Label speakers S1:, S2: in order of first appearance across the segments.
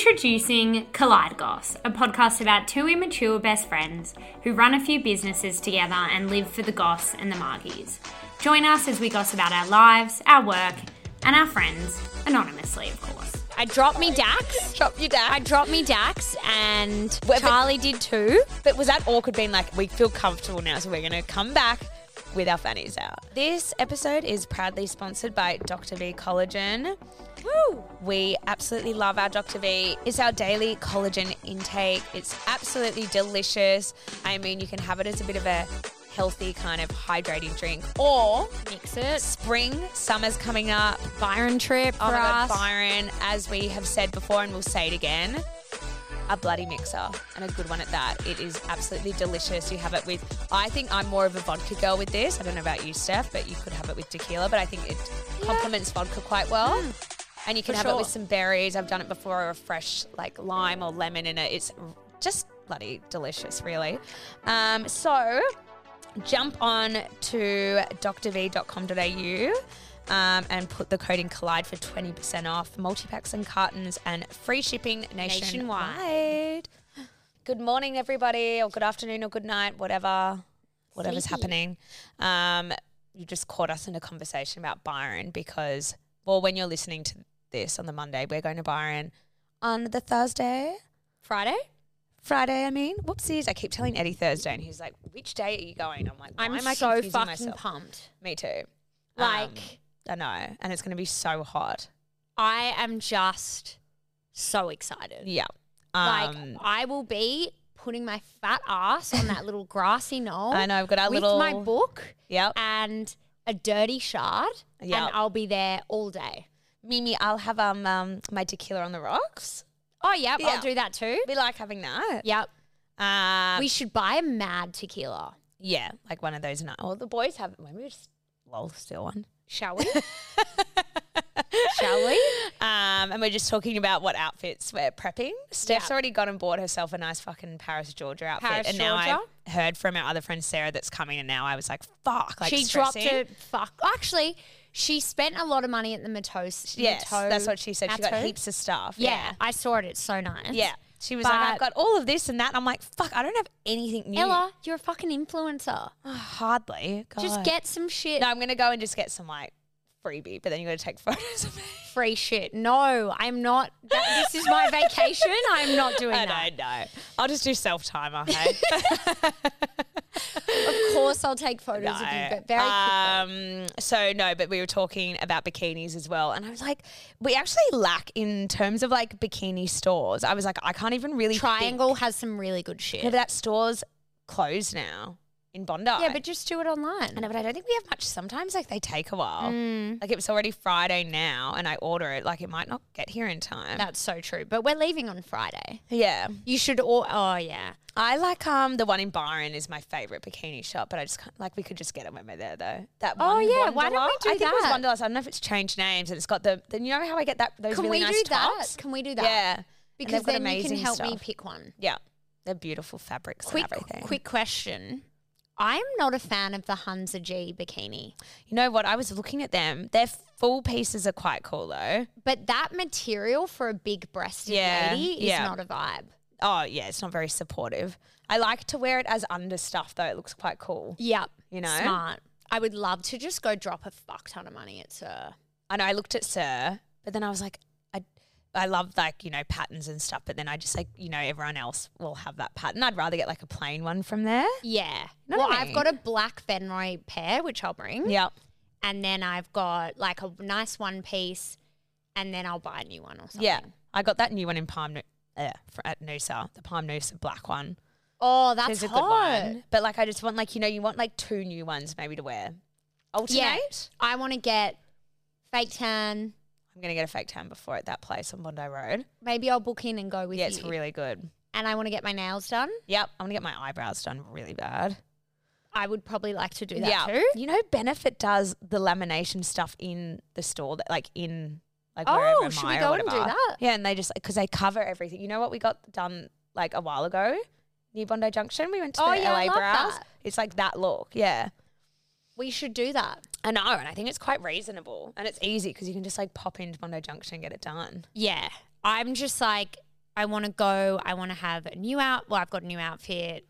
S1: Introducing Collide Goss, a podcast about two immature best friends who run a few businesses together and live for the goss and the margies. Join us as we goss about our lives, our work, and our friends, anonymously, of course.
S2: I dropped me Dax.
S3: Chop you down.
S2: I dropped me Dax, and
S3: Well, but-
S2: Charlie did too.
S3: But was that awkward being like, we feel comfortable now, so we're going to come back with our fannies out? This episode is proudly sponsored by Dr. V Collagen. Woo! We absolutely love our Dr. V. It's our daily collagen intake. It's absolutely delicious. I mean, you can have it as a bit of a healthy kind of hydrating drink or
S2: Mix it.
S3: spring, summer's coming up.
S2: Byron trip for
S3: Oh my God,
S2: us.
S3: Byron, as we have said before and we'll say it again, a bloody mixer and a good one at that. It is absolutely delicious. You have it with, I think I'm more of a vodka girl with this. I don't know about you, Steph, but you could have it with tequila, but I think it complements vodka quite well.
S2: Mm.
S3: and you can
S2: for
S3: have it with
S2: sure.
S3: some berries. I've done it before, or a fresh like lime or lemon in it. It's r- just bloody delicious, really. Um, so jump on to drv.com.au um, and put the code in Collide for 20% off multi-packs and cartons and free shipping nationwide. Good morning, everybody, or good afternoon, or good night, whatever, whatever's happening. Um, you just caught us in a conversation about Byron because, well, when you're listening to this on the Monday, we're going to Byron on the Thursday.
S2: Friday.
S3: Friday, I mean. Whoopsies. I keep telling Eddie Thursday, and he's like, which day are you going? I'm like, Why
S2: I'm
S3: am I
S2: so
S3: confusing
S2: fucking
S3: myself?
S2: pumped.
S3: Me too.
S2: Like,
S3: Um, I know. And it's going to be so hot.
S2: I am just so excited.
S3: Yeah.
S2: Like,
S3: Um,
S2: I will be putting my fat ass on that little grassy knoll.
S3: I know. I've got our
S2: with
S3: little.
S2: my book
S3: Yep.
S2: and a dirty shard,
S3: Yep.
S2: and I'll be there all day.
S3: Mimi, I'll have um, um my tequila on the rocks.
S2: Oh yep,
S3: Yeah.
S2: I'll do that too.
S3: We like having that.
S2: Yep.
S3: Um,
S2: we should buy a mad tequila,
S3: yeah, like one of those. Night. Well, the boys have. Maybe we just lol steal one.
S2: shall we? shall we?
S3: Um, and we're just talking about what outfits we're prepping. Steph's
S2: Yeah.
S3: already gone and bought herself a nice fucking Paris Georgia outfit.
S2: Paris
S3: and now
S2: Georgia?
S3: I heard from our other friend Sarah that's coming, and now I was like, fuck. Like
S2: she dropped
S3: stressing.
S2: it. Fuck. Actually, she spent a lot of money at the Matos.
S3: Yes,
S2: Mato-
S3: that's what she said. She got
S2: Mato?
S3: heaps of stuff.
S2: Yeah, I saw it. It's so nice.
S3: Yeah. She was like, I've
S2: But-
S3: got all of this and that. I'm like, fuck, I don't have anything new.
S2: Ella, you're a fucking influencer.
S3: Hardly.
S2: Just
S3: God.
S2: get some shit.
S3: No, I'm going to go and just get some like freebie, but then you got to take photos of me.
S2: Free shit. No, I'm not. That, this is my vacation. I'm not doing
S3: I
S2: that.
S3: don't know. I'll just do self timer. Hey?
S2: Of course, I'll take photos of you, but very quickly.
S3: um, so no, but we were talking about bikinis as well, and I was like, we actually lack in terms of like bikini stores. I was like, I can't even really think-
S2: Triangle has some really good shit.
S3: Yeah, but that store's closed now in Bondi.
S2: yeah, but just do it online.
S3: I know, but I don't think we have much. Sometimes like they take a while. Like it's already Friday now, and I order it. Like it might not get here in time.
S2: That's so true. But we're leaving on Friday.
S3: Yeah,
S2: You should all. Oh yeah.
S3: I like um the one in Byron is my favorite bikini shop, but I just can't, like we could just get it when we're there though. That
S2: Oh,
S3: one
S2: yeah, why don't we
S3: Wanderlust-
S2: do
S3: I think it was
S2: that?
S3: Wanderlust. I don't know if it's changed names and it's got the. Then you know how I get that those
S2: Can
S3: really
S2: we
S3: nice
S2: do that?
S3: tops?
S2: Can we do that?
S3: Yeah, And
S2: Because
S3: they've
S2: then
S3: got
S2: you can
S3: amazing
S2: help me
S3: stuff.
S2: pick one.
S3: yeah, they're beautiful fabrics.
S2: Quick,
S3: and everything.
S2: quick question. I'm not a fan of the Hunza G bikini,
S3: You know what? I was looking at them. Their full pieces are quite cool though.
S2: but that material for a big breasted
S3: Yeah,
S2: lady is
S3: yeah.
S2: not a vibe.
S3: Oh yeah, it's not very supportive. I like to wear it as under stuff though. It looks quite cool.
S2: Yep.
S3: You know?
S2: Smart. I would love to just go drop a fuck ton of money at Sir.
S3: I know I looked at Sir, but then I was like, I, I love like you know patterns and stuff, but then I just like you know everyone else will have that pattern. I'd rather get like a plain one from there.
S2: Yeah.
S3: Know
S2: well,
S3: what I
S2: I've got a black Fenroy pair, which I'll bring.
S3: Yep.
S2: And then I've got like a nice one piece, and then I'll buy a new one or something.
S3: Yeah, I got that new one in Palm Nu- uh, fr- at Noosa, the Palm Noosa black one.
S2: Oh, that's
S3: There's a good
S2: hot.
S3: one, but like I just want like you know you want like two new ones maybe to wear. Alternate.
S2: Yeah. I want to get fake tan.
S3: I'm gonna get a fake tan before at that place on Bondi Road.
S2: Maybe I'll book in and go with
S3: yeah,
S2: you.
S3: it's really good.
S2: and I want to get my nails done.
S3: Yep, I'm gonna get my eyebrows done really bad.
S2: I would probably like to do that
S3: yeah.
S2: too.
S3: You know, Benefit does the lamination stuff in the store, that, like in like
S2: Oh,
S3: wherever.
S2: should we
S3: Myer or
S2: go and do
S3: whatever.
S2: that?
S3: Yeah, and they just because they cover everything. You know what we got done like a while ago near Bondi Junction. We went to
S2: Oh,
S3: the
S2: yeah, I
S3: LA
S2: love
S3: Brows.
S2: that.
S3: It's like that look, yeah.
S2: We should do that.
S3: I know, and I think it's quite reasonable and it's easy because you can just like pop into Bondi Junction and get it done.
S2: Yeah. I'm just like, I want to go. I want to have a new out. Well, I've got a new outfit,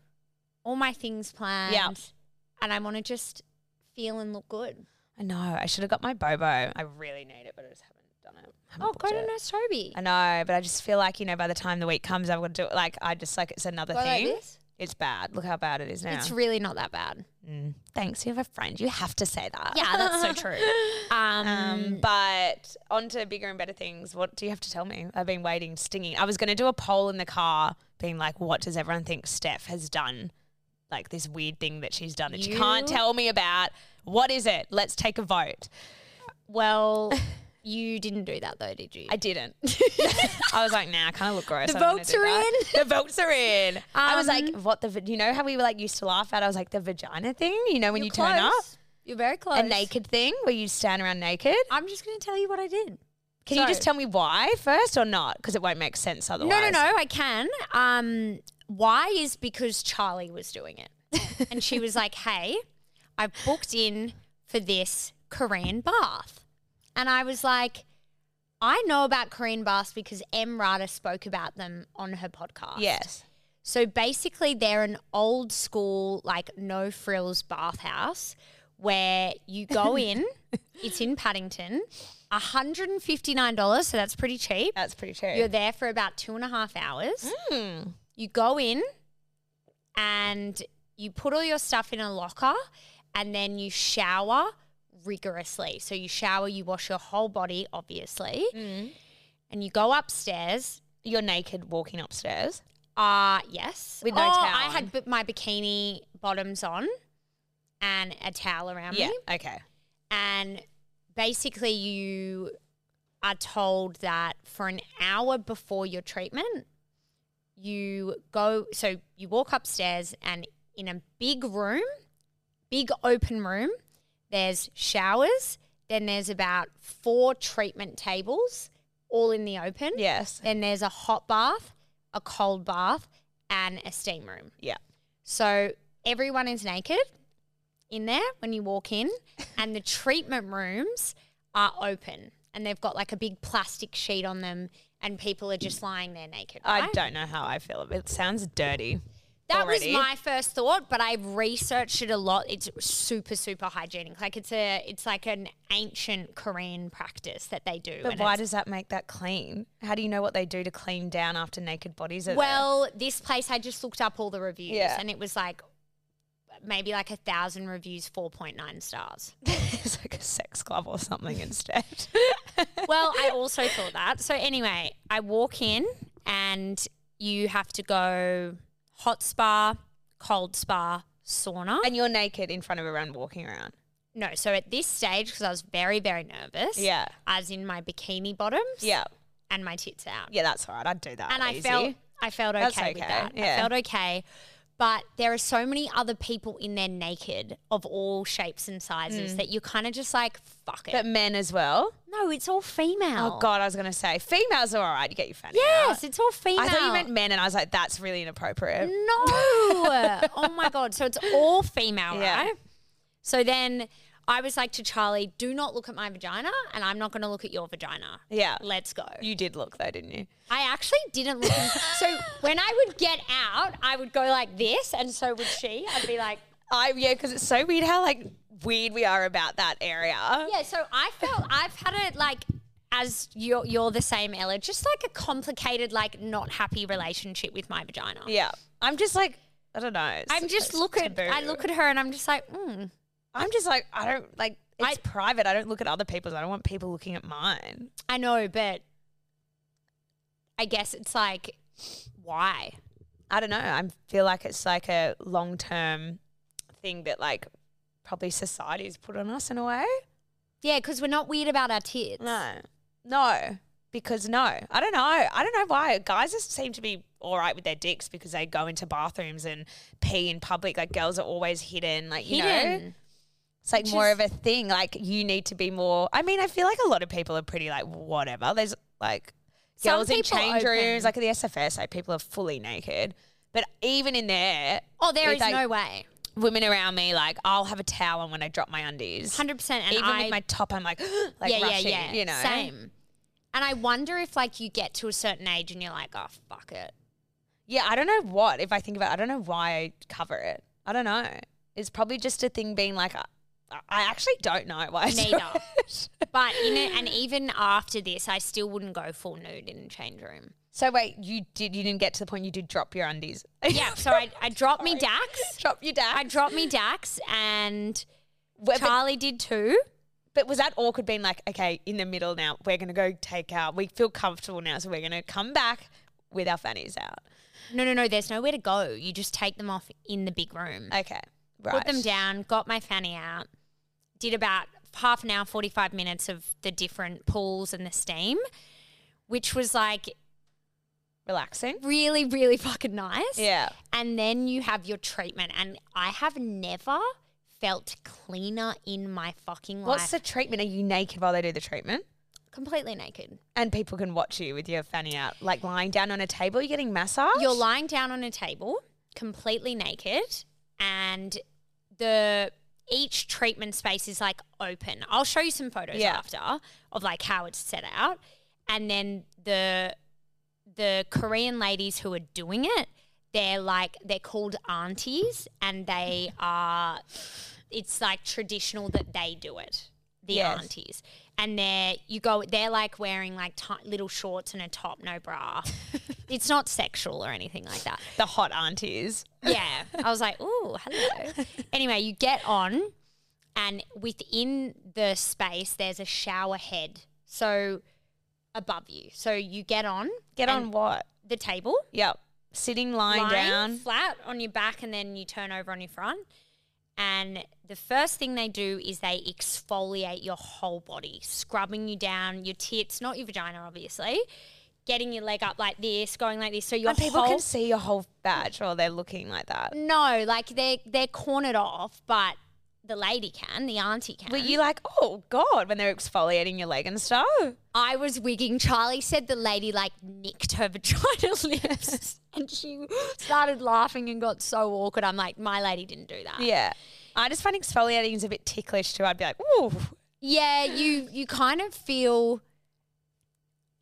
S2: all my things planned. And I want to just feel and look good.
S3: I know. I should have got my Bobo. I really need it, but I just haven't done it. Haven't
S2: Oh,
S3: booked
S2: go to
S3: it.
S2: Nurse Toby.
S3: I know, but I just feel like, you know, by the time the week comes, I've got to do it. Like, I just, like, it's another
S2: Go like
S3: thing.
S2: this?
S3: It's bad. Look how bad it is now.
S2: It's really not that bad.
S3: Mm. Thanks. You have a friend. You have to say that.
S2: Yeah, that's so true. Um,
S3: Um, but on to bigger and better things. What do you have to tell me? I've been waiting, stinging. I was going to do a poll in the car, being like, what does everyone think Steph has done? Like this weird thing that she's done that you can't
S2: You-
S3: tell me about. What is it? Let's take a vote.
S2: well, you didn't do that though, did you?
S3: I didn't. I was like, nah, I kind of look gross.
S2: The
S3: I don't wanna
S2: votes
S3: do
S2: are
S3: that. The votes are in. I was like,
S2: Um,
S3: what the, vi- you know how we were like used to laugh at? I was like, the vagina thing, you know, when you turn up?
S2: You're very close.
S3: A naked thing where you stand around naked?
S2: I'm just going to tell you what I did.
S3: Can you just
S2: So-
S3: tell me why first or not? Because it won't make sense otherwise.
S2: No, no, no, I can. Um, why is because Charlie was doing it. and she was like, hey, I booked in for this Korean bath. And I was like, I know about Korean baths because M. Rada spoke about them on her podcast.
S3: Yes.
S2: So basically, they're an old school, like no frills bathhouse where you go in, it's in Paddington, $159. So that's pretty cheap.
S3: That's pretty true. Hmm.
S2: You're there for about two and a half hours. You go in and you put all your stuff in a locker and then you shower rigorously. So you shower, you wash your whole body, obviously, and you go upstairs.
S3: You're naked walking upstairs.
S2: Uh yes.
S3: With no
S2: Oh,
S3: towel
S2: I
S3: on.
S2: had b- my bikini bottoms on and a towel around me.
S3: Okay.
S2: And basically, you are told that for an hour before your treatment, you go, so you walk upstairs and in a big room, big open room, there's showers, then there's about four treatment tables all in the open.
S3: Yes.
S2: Then there's a hot bath, a cold bath, and a steam room.
S3: Yeah.
S2: So everyone is naked in there when you walk in, and the treatment rooms are open and they've got like a big plastic sheet on them, and people are just lying there naked.
S3: I
S2: right?
S3: don't know how I feel. It sounds dirty.
S2: That
S3: already.
S2: was my first thought, but I researched it a lot. It's super, super hygienic. Like it's a, it's like an ancient Korean practice that they do.
S3: But
S2: and
S3: why
S2: it's-
S3: does that make that clean? How do you know what they do to clean down after naked bodies are there?
S2: Well, this place, I just looked up all the reviews
S3: Yeah.
S2: and it was like maybe like a thousand reviews, 4.9 stars.
S3: it's like a sex club or something instead.
S2: well, I also thought that. So, anyway, I walk in and you have to go hot spa, cold spa, sauna.
S3: and you're naked in front of everyone walking around.
S2: no, so at this stage, because I was very, very nervous.
S3: Yeah.
S2: I was in my bikini bottoms
S3: Yeah.
S2: and my tits out.
S3: Yeah, that's all right. I'd do that.
S2: and I
S3: easy.
S2: felt I felt okay,
S3: That's
S2: with
S3: okay,
S2: that.
S3: yeah.
S2: I felt okay. But there are so many other people in there naked of all shapes and sizes that you're kind of just like, fuck it.
S3: Mm. But men as well.
S2: no, it's all female.
S3: Oh, God, I was going to say females are all right. You get your fanny out.
S2: Yes, it's all female. Mm.
S3: I thought you meant men, and I was like, that's really inappropriate.
S2: No. oh my God. So it's all female,
S3: Yeah.
S2: right? So then I was like to Charlie, do not look at my vagina and I'm not going to look at your vagina.
S3: Yeah.
S2: Let's go.
S3: You did look though, didn't you?
S2: I actually didn't look. in- so when I would get out, I would go like this and so would she. I'd be like,
S3: I yeah, because it's so weird how like weird we are about that area.
S2: yeah, so I felt I've had a like as you're you're the same Ella, just like a complicated, like not happy relationship with my vagina.
S3: Yeah. I'm just like I don't know. it's-
S2: I'm just
S3: it's
S2: look at
S3: taboo.
S2: I look at her and I'm just like, mm.
S3: I'm just like I don't like it's
S2: I-
S3: private. I don't look at other people's. I don't want people looking at mine.
S2: I know, but I guess it's like why?
S3: I don't know. I feel like it's like a long term thing that like probably society's put on us in a way.
S2: Yeah, because we're not weird about our tits.
S3: No. Because no. I don't know. I don't know why. Guys just seem to be all right with their dicks because they go into bathrooms and pee in public. Like girls are always hidden. Like you know.
S2: Hidden.
S3: It's like
S2: Which
S3: more
S2: is-
S3: of a thing. Like you need to be more. I mean, I feel like a lot of people are pretty like whatever. There's like
S2: Some
S3: girls in
S2: people
S3: change
S2: open.
S3: rooms, like at the SFS, like people are fully naked. But even in there,
S2: Oh, there
S3: with,
S2: is
S3: like,
S2: no way.
S3: women around me. Like I'll have a towel on when I drop my undies.
S2: Hundred percent. And
S3: even
S2: I,
S3: with my top, I'm like, like
S2: yeah,
S3: rushing,
S2: yeah, yeah.
S3: You know,
S2: Same. And I wonder if like you get to a certain age and you're like, oh fuck it.
S3: Yeah, I don't know what. If I think about, it, I don't know why I cover it. I don't know. It's probably just a thing being like, I, I actually don't know why. I do
S2: Neither.
S3: it.
S2: But in it, and even after this, I still wouldn't go full nude in a change room.
S3: so wait, you did. You didn't get to the point. You did drop your undies.
S2: Yeah, so I, I dropped me Dax.
S3: drop your dad.
S2: I dropped me Dax, and
S3: Where- but,
S2: Charlie did too.
S3: but was that awkward? Being like, okay, in the middle now. We're gonna go take out. We feel comfortable now, so we're gonna come back with our fannies out.
S2: No, no, no. There's nowhere to go. You just take them off in the big room.
S3: Okay, right.
S2: Put them down. Got my fanny out. Did about half an hour, forty five minutes of the different pools and the steam, which was like
S3: Relaxing.
S2: really, really fucking nice.
S3: Yeah.
S2: And then you have your treatment, and I have never felt cleaner in my fucking life.
S3: What's the treatment? Are you naked while they do the treatment?
S2: completely naked?
S3: And people can watch you with your fanny out, like lying down on a table. You're getting massage.
S2: You're lying down on a table, completely naked, and the each treatment space is like open. I'll show you some photos
S3: Yeah.
S2: after of like how it's set out. And then the the Korean ladies who are doing it, they're like they're called aunties and they are it's like traditional that they do it. The
S3: Yes.
S2: aunties. And they're you go they're like wearing like ti little shorts and a top, no bra. it's not sexual or anything like that.
S3: the hot aunties.
S2: Yeah. I was like, oh, hello. anyway, you get on, and within the space, there's a shower head. So above you. So you get on
S3: Get on what?
S2: the table,
S3: Yep. Sitting, lying,
S2: lying
S3: down.
S2: flat on your back, and then you turn over on your front. And the first thing they do is they exfoliate your whole body, scrubbing you down, your tits, not your vagina, obviously, getting your leg up like this, going like this. So your
S3: And people
S2: whole
S3: can see your whole badge while they're looking like that.
S2: No, like they're they're cornered off, but the lady can, the auntie can.
S3: Were you like, oh God, when they're exfoliating your leg and stuff?
S2: I was wigging. Charlie said the lady like nicked her vagina lips, and she started laughing and got so awkward. I'm like, my lady didn't do that.
S3: Yeah. I just find exfoliating is a bit ticklish too. I'd be like, ooh.
S2: Yeah, you you kind of feel.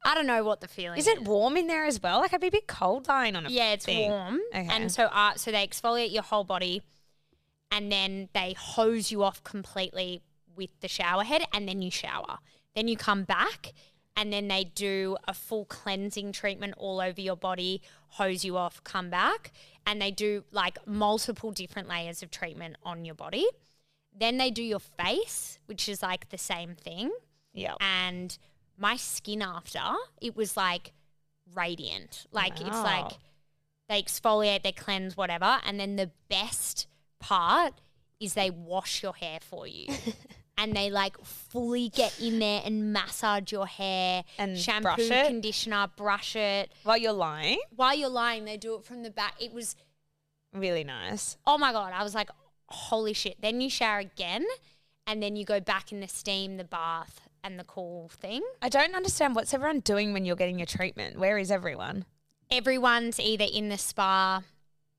S2: I don't know what the feeling
S3: Is it warm in there as well? Like I'd be a bit cold lying on a
S2: Yeah, it's
S3: thing.
S2: warm.
S3: Okay.
S2: And so uh, so they exfoliate your whole body and then they hose you off completely with the shower head and then you shower. Then you come back and then they do a full cleansing treatment all over your body, hose you off, come back, and they do like multiple different layers of treatment on your body. Then they do your face, which is like the same thing
S3: Yeah.
S2: and my skin after it was like radiant like it's
S3: Wow.
S2: like they exfoliate they cleanse whatever and then the best part is they wash your hair for you and they like fully get in there and massage your hair
S3: And
S2: shampoo
S3: brush it?
S2: conditioner brush it
S3: While you're lying.
S2: while you're lying they do it from the back it was
S3: Really nice.
S2: oh my god i was like holy shit then you shower again and then you go back in the steam the bath and the cool thing
S3: I don't understand what's everyone doing when you're getting your treatment. Where is everyone?
S2: everyone's either in the spa,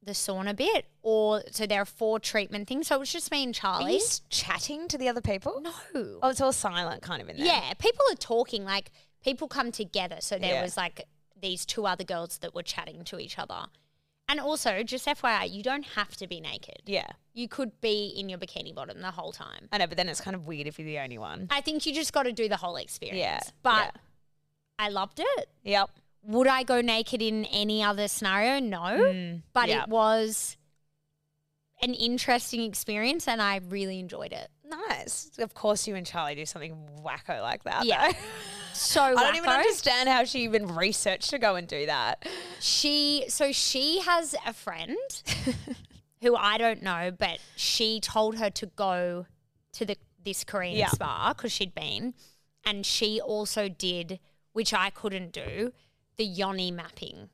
S2: the sauna bit, or so there are four treatment things. So it was just me and
S3: Are you
S2: Charlie.
S3: s- chatting to the other people?
S2: No.
S3: Oh, it's all silent kind of in there.
S2: Yeah, people are talking. Like people come together. So there
S3: Yeah.
S2: was like these two other girls that were chatting to each other. And also, just FYI, you don't have to be naked.
S3: Yeah.
S2: You could be in your bikini bottom the whole time.
S3: I know, but then it's kind of weird if you're the only one.
S2: I think you just got to do the whole experience.
S3: Yeah.
S2: But I loved it.
S3: yeah. Yep.
S2: Would I go naked in any other scenario? No. but
S3: Hmm. yeah.
S2: it was an interesting experience and I really enjoyed it.
S3: Nice. Of course, you and Charlie do something wacko like that.
S2: Yeah.
S3: though.
S2: So
S3: I don't even
S2: wacko.
S3: understand how she even researched to go and do that.
S2: she so she has a friend who I don't know, but she told her to go to the this Korean
S3: Yeah.
S2: spa because she'd been, and she also did, which I couldn't do, the yoni mapping.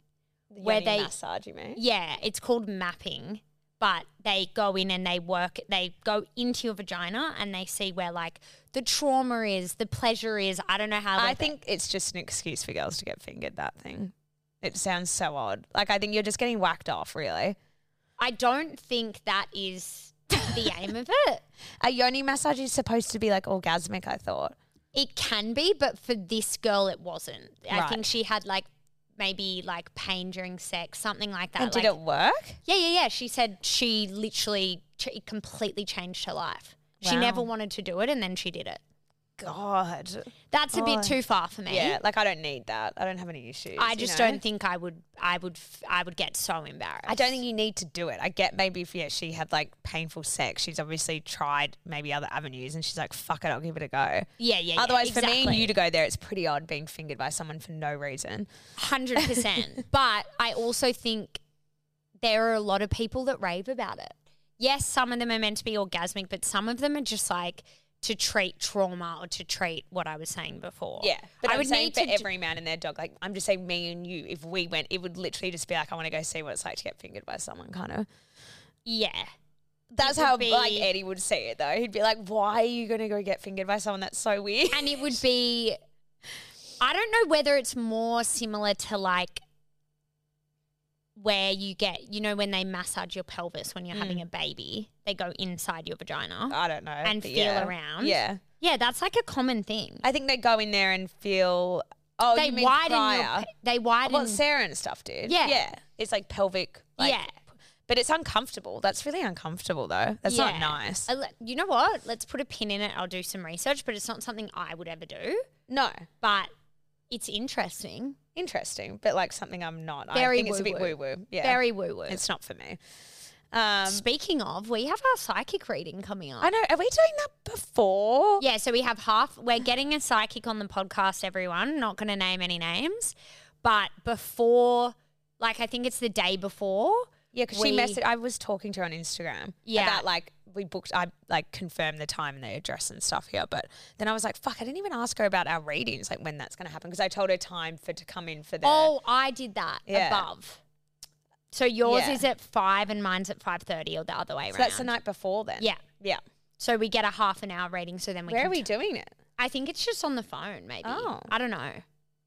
S2: Where
S3: Where
S2: they-
S3: they massage you, mate.
S2: Yeah, it's called mapping, but they go in and they work, they go into your vagina and they see where like the trauma is, the pleasure is. I don't know how.
S3: I
S2: like,
S3: think it's just an excuse for girls to get fingered. That thing. It sounds so odd. Like I think you're just getting whacked off. Really.
S2: I don't think that is the aim of it.
S3: A yoni massage is supposed to be like orgasmic. I thought.
S2: It can be, but for this girl, it wasn't. I
S3: Right.
S2: think she had like maybe like pain during sex, something like that.
S3: And did
S2: like-
S3: it work?
S2: Yeah, yeah, yeah. She said she literally ch- it completely changed her life. She
S3: Wow.
S2: never wanted to do it, and then she did it.
S3: God.
S2: That's a
S3: Oh.
S2: bit too far for me.
S3: Yeah, like I don't need that. I don't have any issues.
S2: I
S3: you
S2: just
S3: know?
S2: don't think I would. I would. f- I would get so embarrassed.
S3: I don't think you need to do it. I get maybe if yeah, she had like painful sex, she's obviously tried maybe other avenues and she's like, fuck it, I'll give it a go.
S2: Yeah, yeah. yeah,
S3: Otherwise, for me and
S2: exactly.
S3: you to go there, it's pretty odd being fingered by someone for no reason.
S2: Hundred percent. But I also think there are a lot of people that rave about it. Yes, some of them are meant to be orgasmic, but some of them are just like to treat trauma or to treat what I was saying before.
S3: Yeah, but I
S2: I
S3: am would saying for
S2: d-
S3: every man and their dog. Like I'm just saying, me and you, if we went, it would literally just be like, I want to go see what it's like to get fingered by someone, kind of.
S2: yeah,
S3: That's
S2: would
S3: how like
S2: be-
S3: Eddie would see it though. He'd be like, Why are you going to go get fingered by someone? That's so weird.
S2: and it would be. I don't know whether it's more similar to like where you get, you know, when they massage your pelvis when you're having
S3: Mm.
S2: a baby, they go inside your vagina.
S3: I don't know.
S2: And
S3: but
S2: feel
S3: yeah.
S2: around.
S3: Yeah,
S2: yeah, that's like a common thing.
S3: I think they go in there and feel. Oh,
S2: they
S3: you mean
S2: widen
S3: prior?
S2: your, they widen
S3: what Sarah and stuff did.
S2: Yeah.
S3: yeah. It's like pelvic. Like,
S2: Yeah.
S3: but it's uncomfortable. That's really uncomfortable though. That's not
S2: Yeah.
S3: nice.
S2: I Uh, le- you know what? Let's put a pin in it. I'll do some research, but it's not something I would ever do.
S3: No,
S2: But it's interesting.
S3: interesting, but like something I'm not.
S2: Very
S3: I think it's a bit
S2: woo-woo.
S3: woo woo. Yeah,
S2: Very woo woo.
S3: It's not for me. Um,
S2: Speaking of, we have our psychic reading coming up.
S3: I know. Are we doing that before?
S2: Yeah, so we have half. We're getting a psychic on the podcast, everyone. Not going to name any names, but before, like, I think it's the day before.
S3: Yeah, because
S2: We-
S3: she messaged. I was talking to her on Instagram
S2: Yeah.
S3: about like we booked. I like confirmed the time and the address and stuff here, but then I was like, "Fuck!" I didn't even ask her about our readings, like when that's going to happen, because I told her time for to come in for the.
S2: Oh, I did that
S3: Yeah.
S2: above. So yours
S3: Yeah.
S2: is at five and mine's at five thirty, or the other way around.
S3: so that's the night before then.
S2: Yeah.
S3: yeah.
S2: So we get a half an hour rating. So then we
S3: Where
S2: can
S3: are we doing it?
S2: I think it's just on the phone, maybe.
S3: Oh.
S2: I don't know.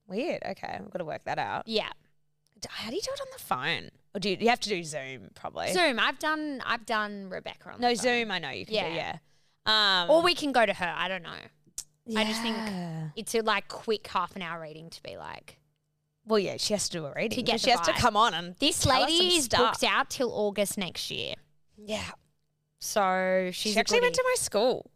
S3: Weird. Okay, I've got to work that out.
S2: Yeah.
S3: D- How do you do it on the phone? Or do you, you have to do Zoom probably?
S2: Zoom. I've done I've done Rebecca on
S3: No,
S2: the phone.
S3: Zoom. I know you can do.
S2: Yeah.
S3: Yeah. Um,
S2: Or we can go to her. I don't know. I just think-
S3: yeah.
S2: It's a like quick half an hour reading to be like.
S3: Well, yeah, she has to do a reading.
S2: get
S3: 'cause she
S2: the
S3: has to
S2: vibe.
S3: come on and
S2: This
S3: tell us
S2: lady
S3: some
S2: is
S3: stuff.
S2: booked out till August next year.
S3: Yeah,
S2: So she's
S3: she actually went to my school.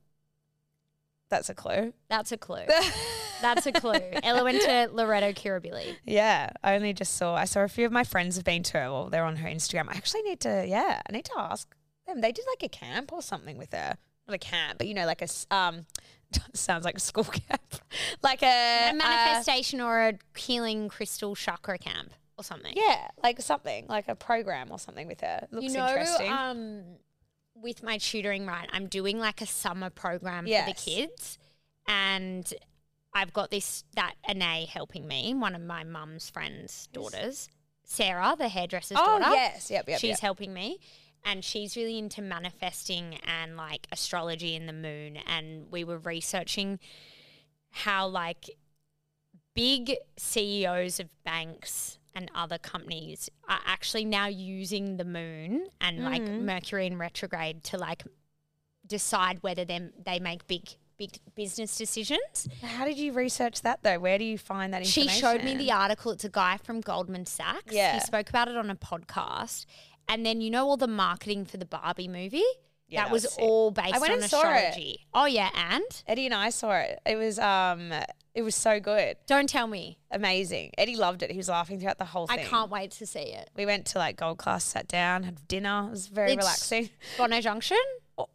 S3: That's a clue.
S2: That's a clue. That's a clue. Ella went to Loretto Curabili.
S3: yeah, I only just saw. I saw a few of my friends have been to her. Well, they're on her Instagram. I actually need to. Yeah, I need to ask them. They did like a camp or something with her. Not a camp, but you know, like a s- um. Sounds like a school camp, like a, uh,
S2: A
S3: manifest.
S2: manifestation or a healing crystal chakra camp or something.
S3: yeah, like something, like a program or something with her. Looks
S2: you know,
S3: interesting.
S2: um, with my tutoring, right, I'm doing like a summer program for the
S3: Yes.
S2: kids, and I've got this that Anae helping me, one of my mum's friends' daughters, Sarah, the hairdresser's
S3: oh
S2: daughter.
S3: yes, yep, yep.
S2: she's
S3: yep.
S2: helping me. And she's really into manifesting and like astrology and the moon. And we were researching how like big CEOs of banks and other companies are actually now using the moon and like Mercury in retrograde to like decide whether them they make big big business decisions.
S3: How did you research that though? Where do you find that
S2: She
S3: information?
S2: showed me the article. It's a guy from Goldman Sachs.
S3: Yeah.
S2: He spoke about it on a podcast. And then you know all the marketing for the Barbie movie?
S3: Yeah,
S2: that,
S3: that
S2: was,
S3: was sick.
S2: all based
S3: went
S2: on
S3: and saw it.
S2: astrology. Oh yeah, and
S3: Eddie and I saw it. It was um, it was so good,
S2: don't tell me.
S3: amazing. Eddie loved it. He was laughing throughout the whole thing.
S2: I can't wait to see it.
S3: We went to like gold class, sat down, had dinner. It was very
S2: It's-
S3: relaxing.
S2: Bono Junction?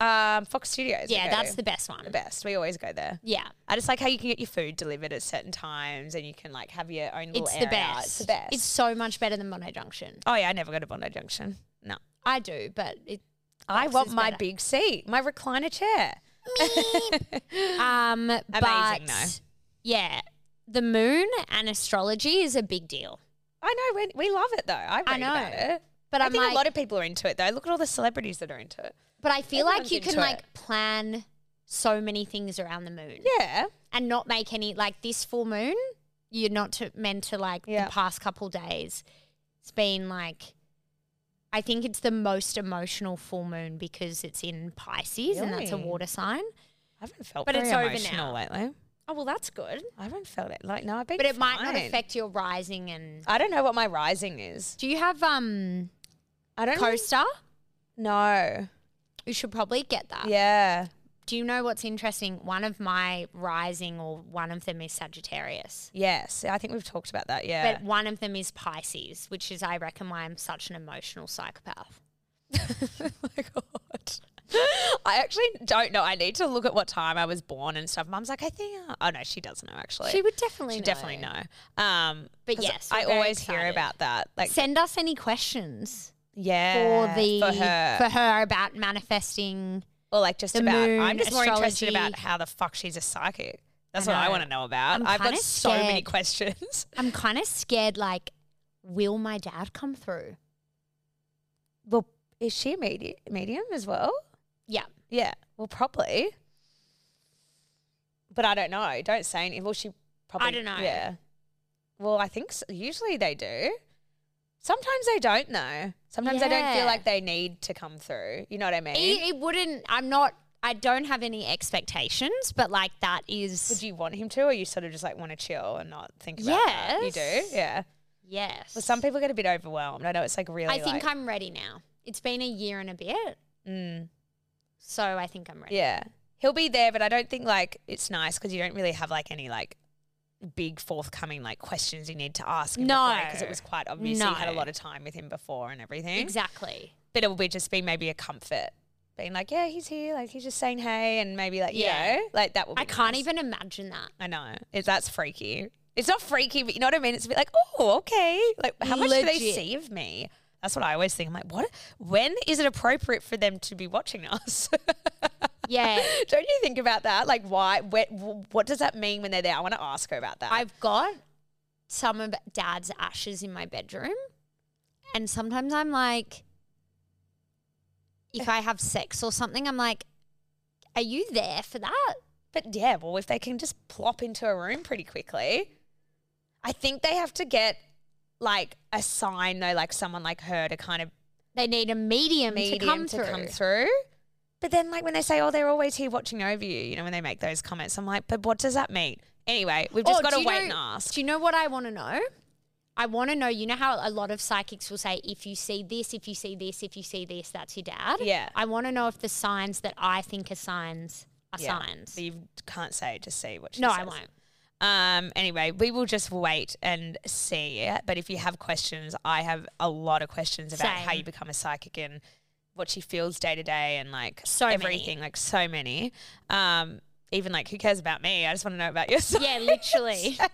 S3: Um, Fox Studios. we
S2: Yeah,
S3: go
S2: that's
S3: to.
S2: the best one.
S3: the best. We always go there.
S2: Yeah.
S3: I just like how you can get your food delivered at certain times, and you can like have your own little
S2: It's
S3: area.
S2: the best.
S3: It's the best.
S2: It's so much better than Bono Junction.
S3: oh yeah, I never go to Bondi Junction. No,
S2: I do, but it
S3: I
S2: Fox
S3: want
S2: is
S3: my
S2: better.
S3: big seat, my recliner chair.
S2: um but
S3: Amazing, though.
S2: yeah. The moon and astrology is a big deal.
S3: I know we, we love it though. I read about
S2: know.
S3: it.
S2: But
S3: I
S2: I'm
S3: think
S2: like,
S3: a lot of people are into it though. Look at all the celebrities that are into it.
S2: But I feel like
S3: Everyone's
S2: you can
S3: into
S2: like
S3: it.
S2: plan so many things around the moon
S3: Yeah.
S2: and not make any like this full moon. You're not to, meant to like
S3: Yeah.
S2: the past couple days. It's been like I think it's the most emotional full moon because it's in Pisces and that's a
S3: Really?
S2: water sign.
S3: I haven't felt
S2: But
S3: very
S2: it's over
S3: emotional lately.
S2: Oh well, that's good.
S3: I haven't felt it. Like no, I've been.
S2: But it might not
S3: fine.
S2: affect your rising and.
S3: I don't know what my rising is.
S2: Do you have um
S3: I don't
S2: coaster?
S3: know.
S2: You should probably get that.
S3: Yeah.
S2: Do you know what's interesting? One of my rising or one of them is Sagittarius.
S3: Yes. I think we've talked about that. Yeah.
S2: But one of them is Pisces, which is I reckon why I'm such an emotional psychopath.
S3: Oh my god. I actually don't know. I need to look at what time I was born and stuff. Mum's like, I think. Oh no, she does know actually.
S2: She would definitely
S3: She
S2: know.
S3: definitely know. Um,
S2: But
S3: 'cause
S2: yes, we're
S3: I
S2: very
S3: always hear
S2: excited.
S3: about that. Like,
S2: Send us any questions
S3: yeah,
S2: for the
S3: for her,
S2: for her about manifesting.
S3: or like just
S2: the
S3: about. I'm
S2: moon,
S3: just more interested
S2: astrology.
S3: about how the fuck she's a psychic. That's what I
S2: know.
S3: want to know about.
S2: I'm
S3: I've got
S2: kinda
S3: so many
S2: scared.
S3: questions.
S2: I'm kind of scared. Like, will my dad come through?
S3: Well, is she a medium, medium as well?
S2: Yeah.
S3: Yeah. Well, probably. But I don't know. Don't say anything. Well, she probably.
S2: don't know.
S3: Yeah. Well, I think so. usually they do. Sometimes they don't know. Sometimes they don't
S2: Yeah.
S3: feel like they need to come through. You know what I mean?
S2: It, it wouldn't. I'm not. I don't have any expectations, but like that
S3: Would
S2: is
S3: you want him to, or you sort of just like want to chill and not think about that? You
S2: Yes.
S3: do, yeah.
S2: yes.
S3: Well, some people get a bit overwhelmed. I know it's like really.
S2: I think
S3: like,
S2: I'm ready now. It's been a year and a bit,
S3: mm,
S2: so I think I'm ready.
S3: yeah. He'll be there, but I don't think like it's nice because you don't really have like any like big forthcoming like questions you need to ask. Him because it
S2: No.
S3: was quite obvious you had a
S2: No.
S3: lot of time with him before and everything.
S2: Exactly.
S3: But it will be just be maybe a comfort, being like, yeah, he's here, like he's just saying hey, and maybe like
S2: Yeah.
S3: you know, like that will. Be
S2: I can't
S3: nice.
S2: even imagine that.
S3: I know. It's that's freaky. It's not freaky, but you know what I mean? It's a bit like, oh, okay. Like how much do they
S2: Legit.
S3: see of me? That's what I always think. I'm like, what when is it appropriate for them to be watching us?
S2: Yeah.
S3: Don't you think about that? Like why where, wh- what does that mean when they're there? I want to ask her about that.
S2: I've got some of dad's ashes in my bedroom. And sometimes I'm like, if I have sex or something, I'm like, are you there for that?
S3: but yeah, well if they can just plop into a room pretty quickly. I think they have to get like a sign though, like someone like her to kind of
S2: They need a medium,
S3: medium
S2: to come
S3: to
S2: through.
S3: come through. But then, like when they say, "Oh, they're always here watching over you," you know, when they make those comments, I'm like, "But what does that mean?" Anyway, we've just
S2: Oh,
S3: got
S2: do
S3: to
S2: you
S3: wait
S2: know-
S3: and ask.
S2: Do you know what I want to know? I want to know, you know how a lot of psychics will say, if you see this, if you see this, if you see this, that's your dad?
S3: Yeah.
S2: I want to know if the signs that I think are signs are
S3: Yeah.
S2: signs.
S3: But you can't say. Just see what. She
S2: No, I
S3: says.
S2: won't.
S3: Um. Anyway, we will just wait and see. But if you have questions, I have a lot of questions about how
S2: Same.
S3: you become a psychic and what she feels day to day, and like
S2: So many.
S3: everything, like so many. Um. Even like, who cares about me? I just want to know about yourself.
S2: Yeah, literally.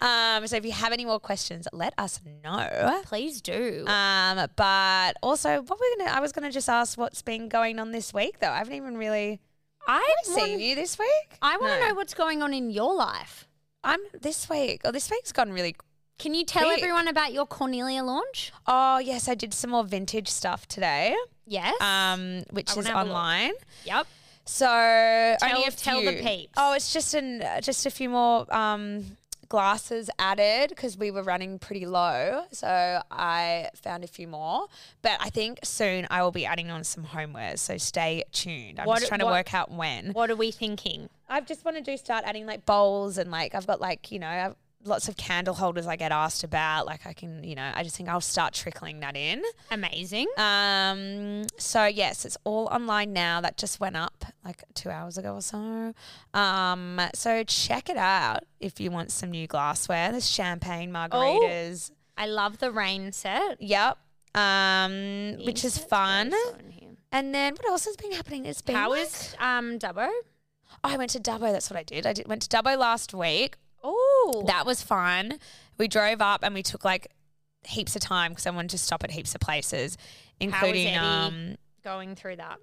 S3: Um, so if you have any more questions, let us know.
S2: Please do.
S3: Um, but also, what we're gonna—I was gonna just ask what's been going on this week, though. I haven't even really
S2: I
S3: seen
S2: want,
S3: you this week.
S2: I want to
S3: No.
S2: know what's going on in your life.
S3: I'm this week. Oh, this week's gone really.
S2: Can you tell
S3: Quick.
S2: everyone about your Cornelia launch?
S3: Oh yes, I did some more vintage stuff today,
S2: Yes.
S3: um, which
S2: I
S3: is
S2: wanna have a look.
S3: online.
S2: Uh, yep.
S3: So
S2: Tell-
S3: only a
S2: tell the
S3: few.
S2: peeps.
S3: Oh, it's just an uh, just a few more um, glasses added because we were running pretty low. So I found a few more, but I think soon I will be adding on some homewares. So stay tuned. I'm
S2: What-
S3: just trying
S2: what-
S3: to work out when.
S2: What are we thinking?
S3: I just want to do start adding like bowls and like I've got like you know I've lots of candle holders I get asked about. Like I can you know I just think I'll start trickling that in.
S2: Amazing.
S3: Um, so yes, it's all online now. That just went up like two hours ago or so. Um, so check it out if you want some new glassware. There's champagne margaritas.
S2: I love the rain set,
S3: Yep. Um, which is fun.
S2: How
S3: And then what else has been happening? It's been like-
S2: is um Dubbo?
S3: oh, I went to Dubbo. That's what I did. I did went to Dubbo last week.
S2: Oh,
S3: That was fun. We drove up and we took like heaps of time because I wanted to stop at heaps of places, including
S2: Eddie?
S3: um
S2: going through that.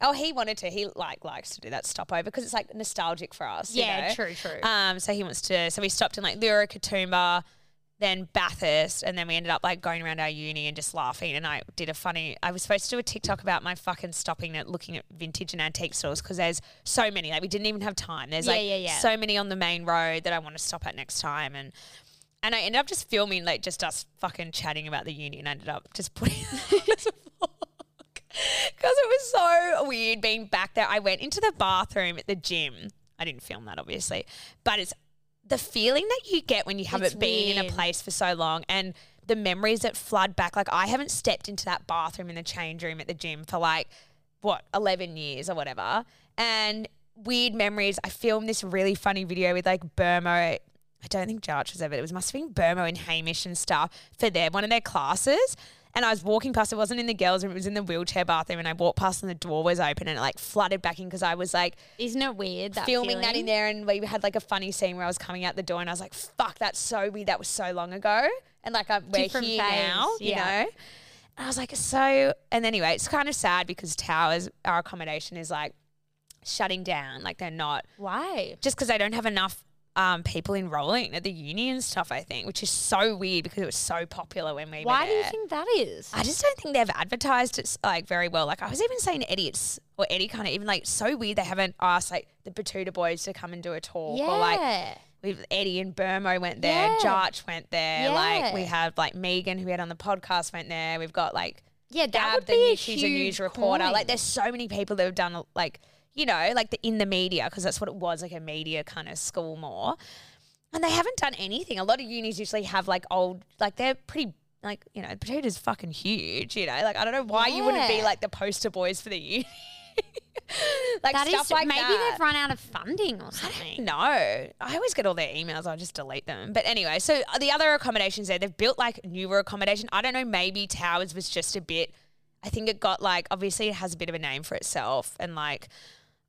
S3: Oh, he wanted to. He like likes to do that stopover because it's like nostalgic for us. you
S2: Yeah,
S3: know?
S2: true, true. Uh,
S3: Um, so he wants to. So we stopped in like Lura, Katoomba, then Bathurst, and then we ended up like going around our uni and just laughing. And I did a funny. I was supposed to do a TikTok about my fucking stopping at looking at vintage and antique stores because there's so many. Like we didn't even have time. There's
S2: Yeah,
S3: like
S2: yeah, yeah.
S3: so many on the main road that I want to stop at next time. And and I ended up just filming like just us fucking chatting about the uni, and I ended up just putting it as a vlog because it was so weird being back there. I went into the bathroom at the gym. I didn't film that obviously, but it's the feeling that you get when you haven't
S2: It's
S3: been in a
S2: weird.
S3: place for so long and the memories that flood back. Like I haven't stepped into that bathroom in the change room at the gym for like what 11 years or whatever and weird memories i filmed this really funny video with like burmo i don't think jarch was ever it was must have been burmo and hamish and stuff for their one of their classes and i was walking past it wasn't in the girls room it was in the wheelchair bathroom and i walked past and the door was open and it like flooded back in because i was like
S2: Isn't it weird that
S3: filming that in
S2: feeling?
S3: there and we had like a funny scene where i was coming out the door and i was like fuck that's so weird that was so long ago and like I, we're
S2: Different
S3: here
S2: phase,
S3: now you
S2: yeah.
S3: know and I was like, so, and anyway, it's kind of sad because towers, our accommodation is like shutting down. Like they're not,
S2: Why?
S3: just because they don't have enough um, people enrolling at the uni and stuff, I think, which is so weird because it was so popular when we
S2: Why
S3: were
S2: do you
S3: there.
S2: think that is?
S3: I just don't think they've advertised it like very well. Like I was even saying Eddie, it's, or Eddie kind of even like, it's so weird they haven't asked like the Batuta boys to come and do a talk or like We've Eddie and Burmo went there,
S2: Yeah.
S3: Jarch went there, like we
S2: Yeah.
S3: have like Megan who we had on the podcast went there. We've got like
S2: yeah, that
S3: Gab,
S2: would be
S3: the
S2: a
S3: new,
S2: huge
S3: she's a news reporter.
S2: coin.
S3: Like, there's so many people that have done like you know like the in the media because that's what it was like a media kind of school more. And they haven't done anything. A lot of unis usually have like old like they're pretty like you know potatoes fucking huge. You know like I don't know why you wouldn't be
S2: Yeah.
S3: like the poster boys for the uni. like
S2: That is
S3: stuff like
S2: maybe
S3: that.
S2: they've run out of funding or something.
S3: No, I always get all their emails. I just delete them. But anyway, so the other accommodations there, they've built like newer accommodation. I don't know. Maybe Towers was just a bit. I think it got like obviously it has a bit of a name for itself, and like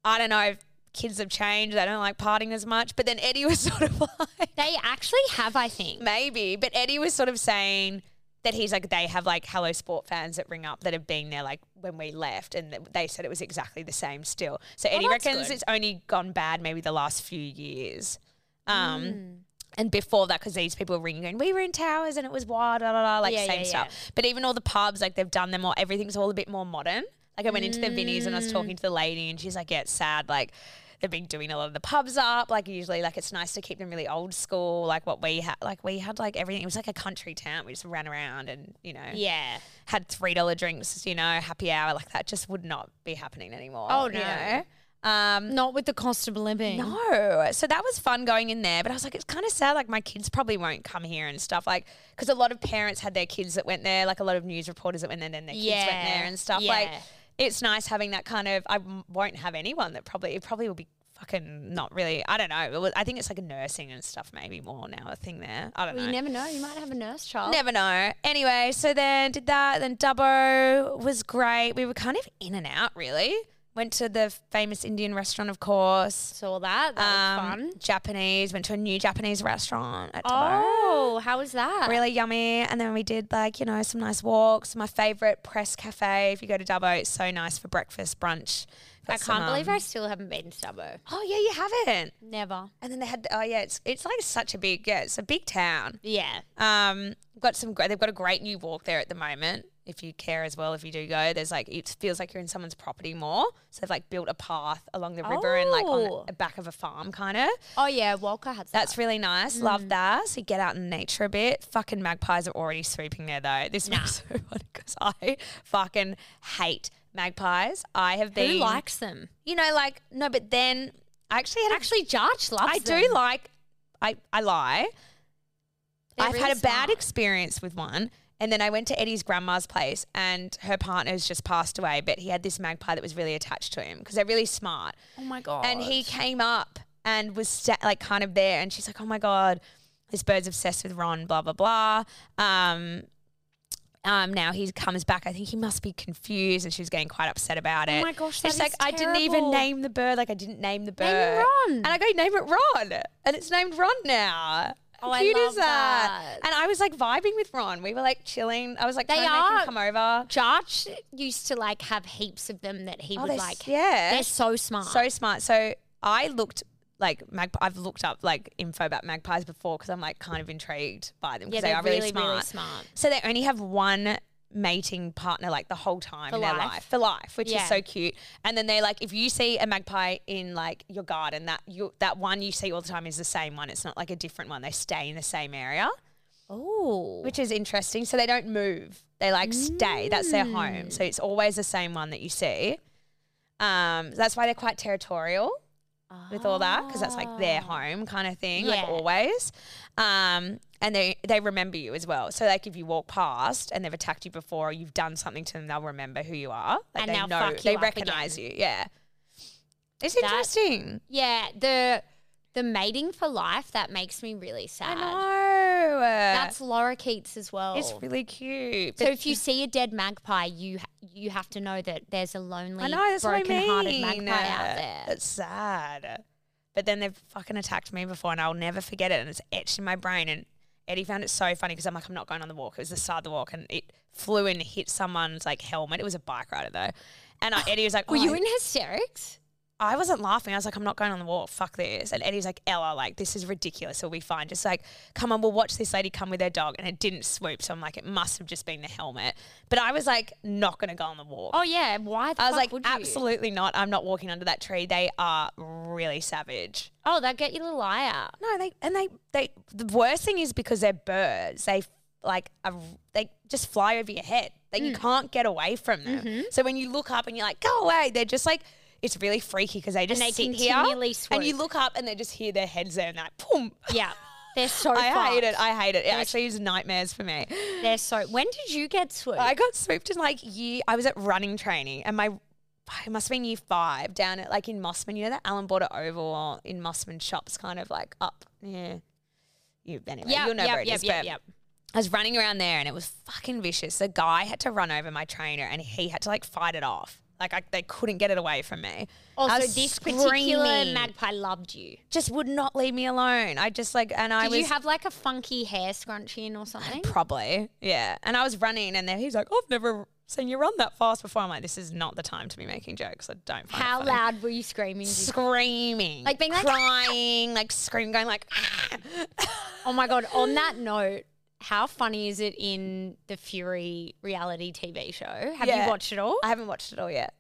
S3: I don't know. if Kids have changed. They don't like partying as much. But then Eddie was sort of like
S2: They actually have, I think.
S3: maybe. But Eddie was sort of saying that he's like they have like Hello Sport fans that ring up that have been there like when we left, and that they said it was exactly the same still. So Eddie
S2: Oh, that's
S3: reckons
S2: good.
S3: it's only gone bad maybe the last few years. Um,
S2: Hmm.
S3: And before that, because these people were ringing, going, we were in towers and it was wild, da, da, da, like
S2: Yeah,
S3: same
S2: yeah,
S3: stuff. But even all the pubs, like they've done them all, everything's all a bit more modern. Like I went into the Vinnies and I
S2: Mm.
S3: was talking to the lady and she's like, yeah, it's sad. Like they've been doing a lot of the pubs up. Like usually, like it's nice to keep them really old school. Like what we had, like we had like everything. It was like a country town. We just ran around and, you know,
S2: Yeah.
S3: had three dollar drinks, you know, happy hour. Like that just would not be happening anymore.
S2: Oh,
S3: you
S2: no.
S3: know? Um,
S2: Not with the cost of living.
S3: no. Oh, So that was fun going in there, but I was like, it's kind of sad. Like my kids probably won't come here and stuff. Like, because a lot of parents had their kids that went there, like a lot of news reporters that went there, then their kids went
S2: Yeah,
S3: there and stuff. Like,
S2: yeah.
S3: it's nice having that kind of. I m- won't have anyone that probably it probably will be fucking not really. I don't know. It was, I think it's like nursing and stuff maybe more now a thing there. I don't
S2: Well,
S3: know.
S2: you never know. You might have a nurse child.
S3: Never know. Anyway, so then did that. Then Dubbo was great. We were kind of in and out, really. Went to the famous Indian restaurant, of course.
S2: Saw that. That
S3: Um,
S2: was fun.
S3: Japanese. Went to a new Japanese restaurant at Dubbo.
S2: Oh, how was that?
S3: Really yummy. And then we did like, you know, some nice walks. My favorite press cafe. If you go to Dubbo, it's so nice for breakfast, brunch. um,
S2: I can't believe I still haven't been to Dubbo.
S3: Oh yeah, you haven't.
S2: Never.
S3: And then they had oh yeah, it's it's like such a big yeah, it's a big town.
S2: Yeah.
S3: Um, got some. gre- They've got a great new walk there at the moment. If you care as well, if you do go, there's like it feels like you're in someone's property more. So they've like built a path along the river and like on
S2: Oh.
S3: the back of a farm, kind of.
S2: Oh yeah, Walker had that.
S3: That's really nice. Love
S2: Mm.
S3: that. So you get out in nature a bit. Fucking magpies are already swooping there though. This was so funny because I fucking hate magpies. I have been
S2: Who likes them?
S3: you know like no, but then I actually had a
S2: Actually, Jarch loves
S3: I
S2: them.
S3: do like. I I lie.
S2: They're
S3: I've
S2: really
S3: had a bad
S2: smart.
S3: experience with one, and then I went to Eddie's grandma's place, and her partner's just passed away, but he had this magpie that was really attached to him because they're really smart.
S2: Oh my god.
S3: And he came up and was sta- like kind of there, and she's like, "Oh my god, this bird's obsessed with Ron." Blah blah blah. Um, um, now he comes back. I think he must be confused, and she's getting quite upset about it.
S2: Oh my gosh,
S3: And
S2: that
S3: she's like,
S2: is
S3: I didn't even
S2: terrible."
S3: name the bird. Like I didn't name the bird.
S2: Name it Ron.
S3: And I go, name it Ron, and it's named Ron now. How
S2: Oh, I
S3: cute is
S2: love
S3: that?
S2: that.
S3: And I was like vibing with Ron. We were like chilling. I was like,
S2: They
S3: trying to make
S2: are-
S3: him come over.
S2: Jarch used to like have heaps of them that he
S3: Oh,
S2: would
S3: they're s-
S2: like.
S3: yeah.
S2: They're so smart.
S3: So smart. So I looked like magp- I've looked up like info about magpies before because I'm like kind of intrigued by them
S2: yeah,
S3: because
S2: they're
S3: they are
S2: really,
S3: really smart.
S2: really smart.
S3: So they only have one mating partner like the whole time
S2: For
S3: in their
S2: life.
S3: life for life, which
S2: Yeah.
S3: is so cute. And then they like if you see a magpie in like your garden, that you that one you see all the time is the same one. It's not like a different one. They stay in the same area
S2: Oh.
S3: which is interesting. So they don't move; they like stay. That's their home. So it's always the same one that you see. Um, that's why they're quite territorial. with all that because that's like their home kind of thing,
S2: Ah. Yeah.
S3: like always. Um, and they they remember you as well. So like if you walk past and they've attacked you before, or you've done something to them, they'll remember who you are. Like
S2: And
S3: they
S2: they'll
S3: know,
S2: fuck you
S3: they
S2: up
S3: recognize you. Yeah, it's
S2: That-
S3: interesting.
S2: Yeah, the the mating for life that makes me really sad.
S3: I know.
S2: That's Laura Keats as well.
S3: it's really cute.
S2: so
S3: But
S2: if you see a dead magpie, you ha- you have to know that there's a lonely,
S3: I know that's what I
S2: broken-hearted
S3: mean.
S2: magpie out there.
S3: It's sad. But then they've fucking attacked me before, and I'll never forget it. And it's etched in my brain. And Eddie found it so funny because I'm like, I'm not going on the walk. It was the start of the walk, and it flew and hit someone's like helmet. It was a bike rider though. And I, Eddie was like,
S2: Were
S3: "Oh,
S2: you
S3: I-
S2: in hysterics?
S3: I wasn't laughing. I was like, I'm not going on the walk. Fuck this. And Eddie's like, Ella, like, this is ridiculous. It'll be fine. Just like, come on, we'll watch this lady come with her dog. And it didn't swoop. So I'm like, it must have just been the helmet. But I was like, not going to go on the walk.
S2: Oh yeah, why? The
S3: I was
S2: fuck
S3: like,
S2: would you?
S3: absolutely not. I'm not walking under that tree. They are really savage.
S2: Oh, that get your little eye out.
S3: No, they and they they. The worst thing is because they're birds. They like are, they just fly over your head. Like you can't get away from them. So when you look up and you're like, go away, they're just like. It's really freaky because they just
S2: they
S3: sit here
S2: continually
S3: and you
S2: swoop.
S3: look up and they just hear their heads there and like, boom.
S2: Yeah, they're so.
S3: I hate it.
S2: fucked.
S3: I hate it. It actually is nightmares for me.
S2: They're so. When did you get swooped?
S3: I got swooped in like year. I was at running training, and my it must have been year five down at like in Mossman. You know that Allen Border Oval in Mossman shops, kind of like up. Yeah, you anyway.
S2: Yep,
S3: you'll know
S2: yep,
S3: where it
S2: yep,
S3: is.
S2: yep,
S3: but
S2: yep.
S3: I was running around there, and it was fucking vicious. The guy had to run over my trainer, and he had to like fight it off. Like I, they couldn't get it away from me. I
S2: Also,
S3: was
S2: this particular
S3: screaming.
S2: magpie loved you.
S3: just would not leave me alone. I just like, and I
S2: Did
S3: was
S2: you have like a funky hair scrunchie in or something?
S3: Probably. Yeah. And I was running and then he's like, I've never seen you run that fast before. I'm like, this is not the time to be making jokes. I don't find it
S2: How
S3: funny.
S2: loud were you screaming? Just-
S3: Screaming.
S2: Like being like,
S3: crying, like screaming, going like "Ah."
S2: oh my god! On that note, how funny is it in the Fury reality TV show? Have
S3: Yeah.
S2: you watched it all?
S3: I haven't watched it all yet.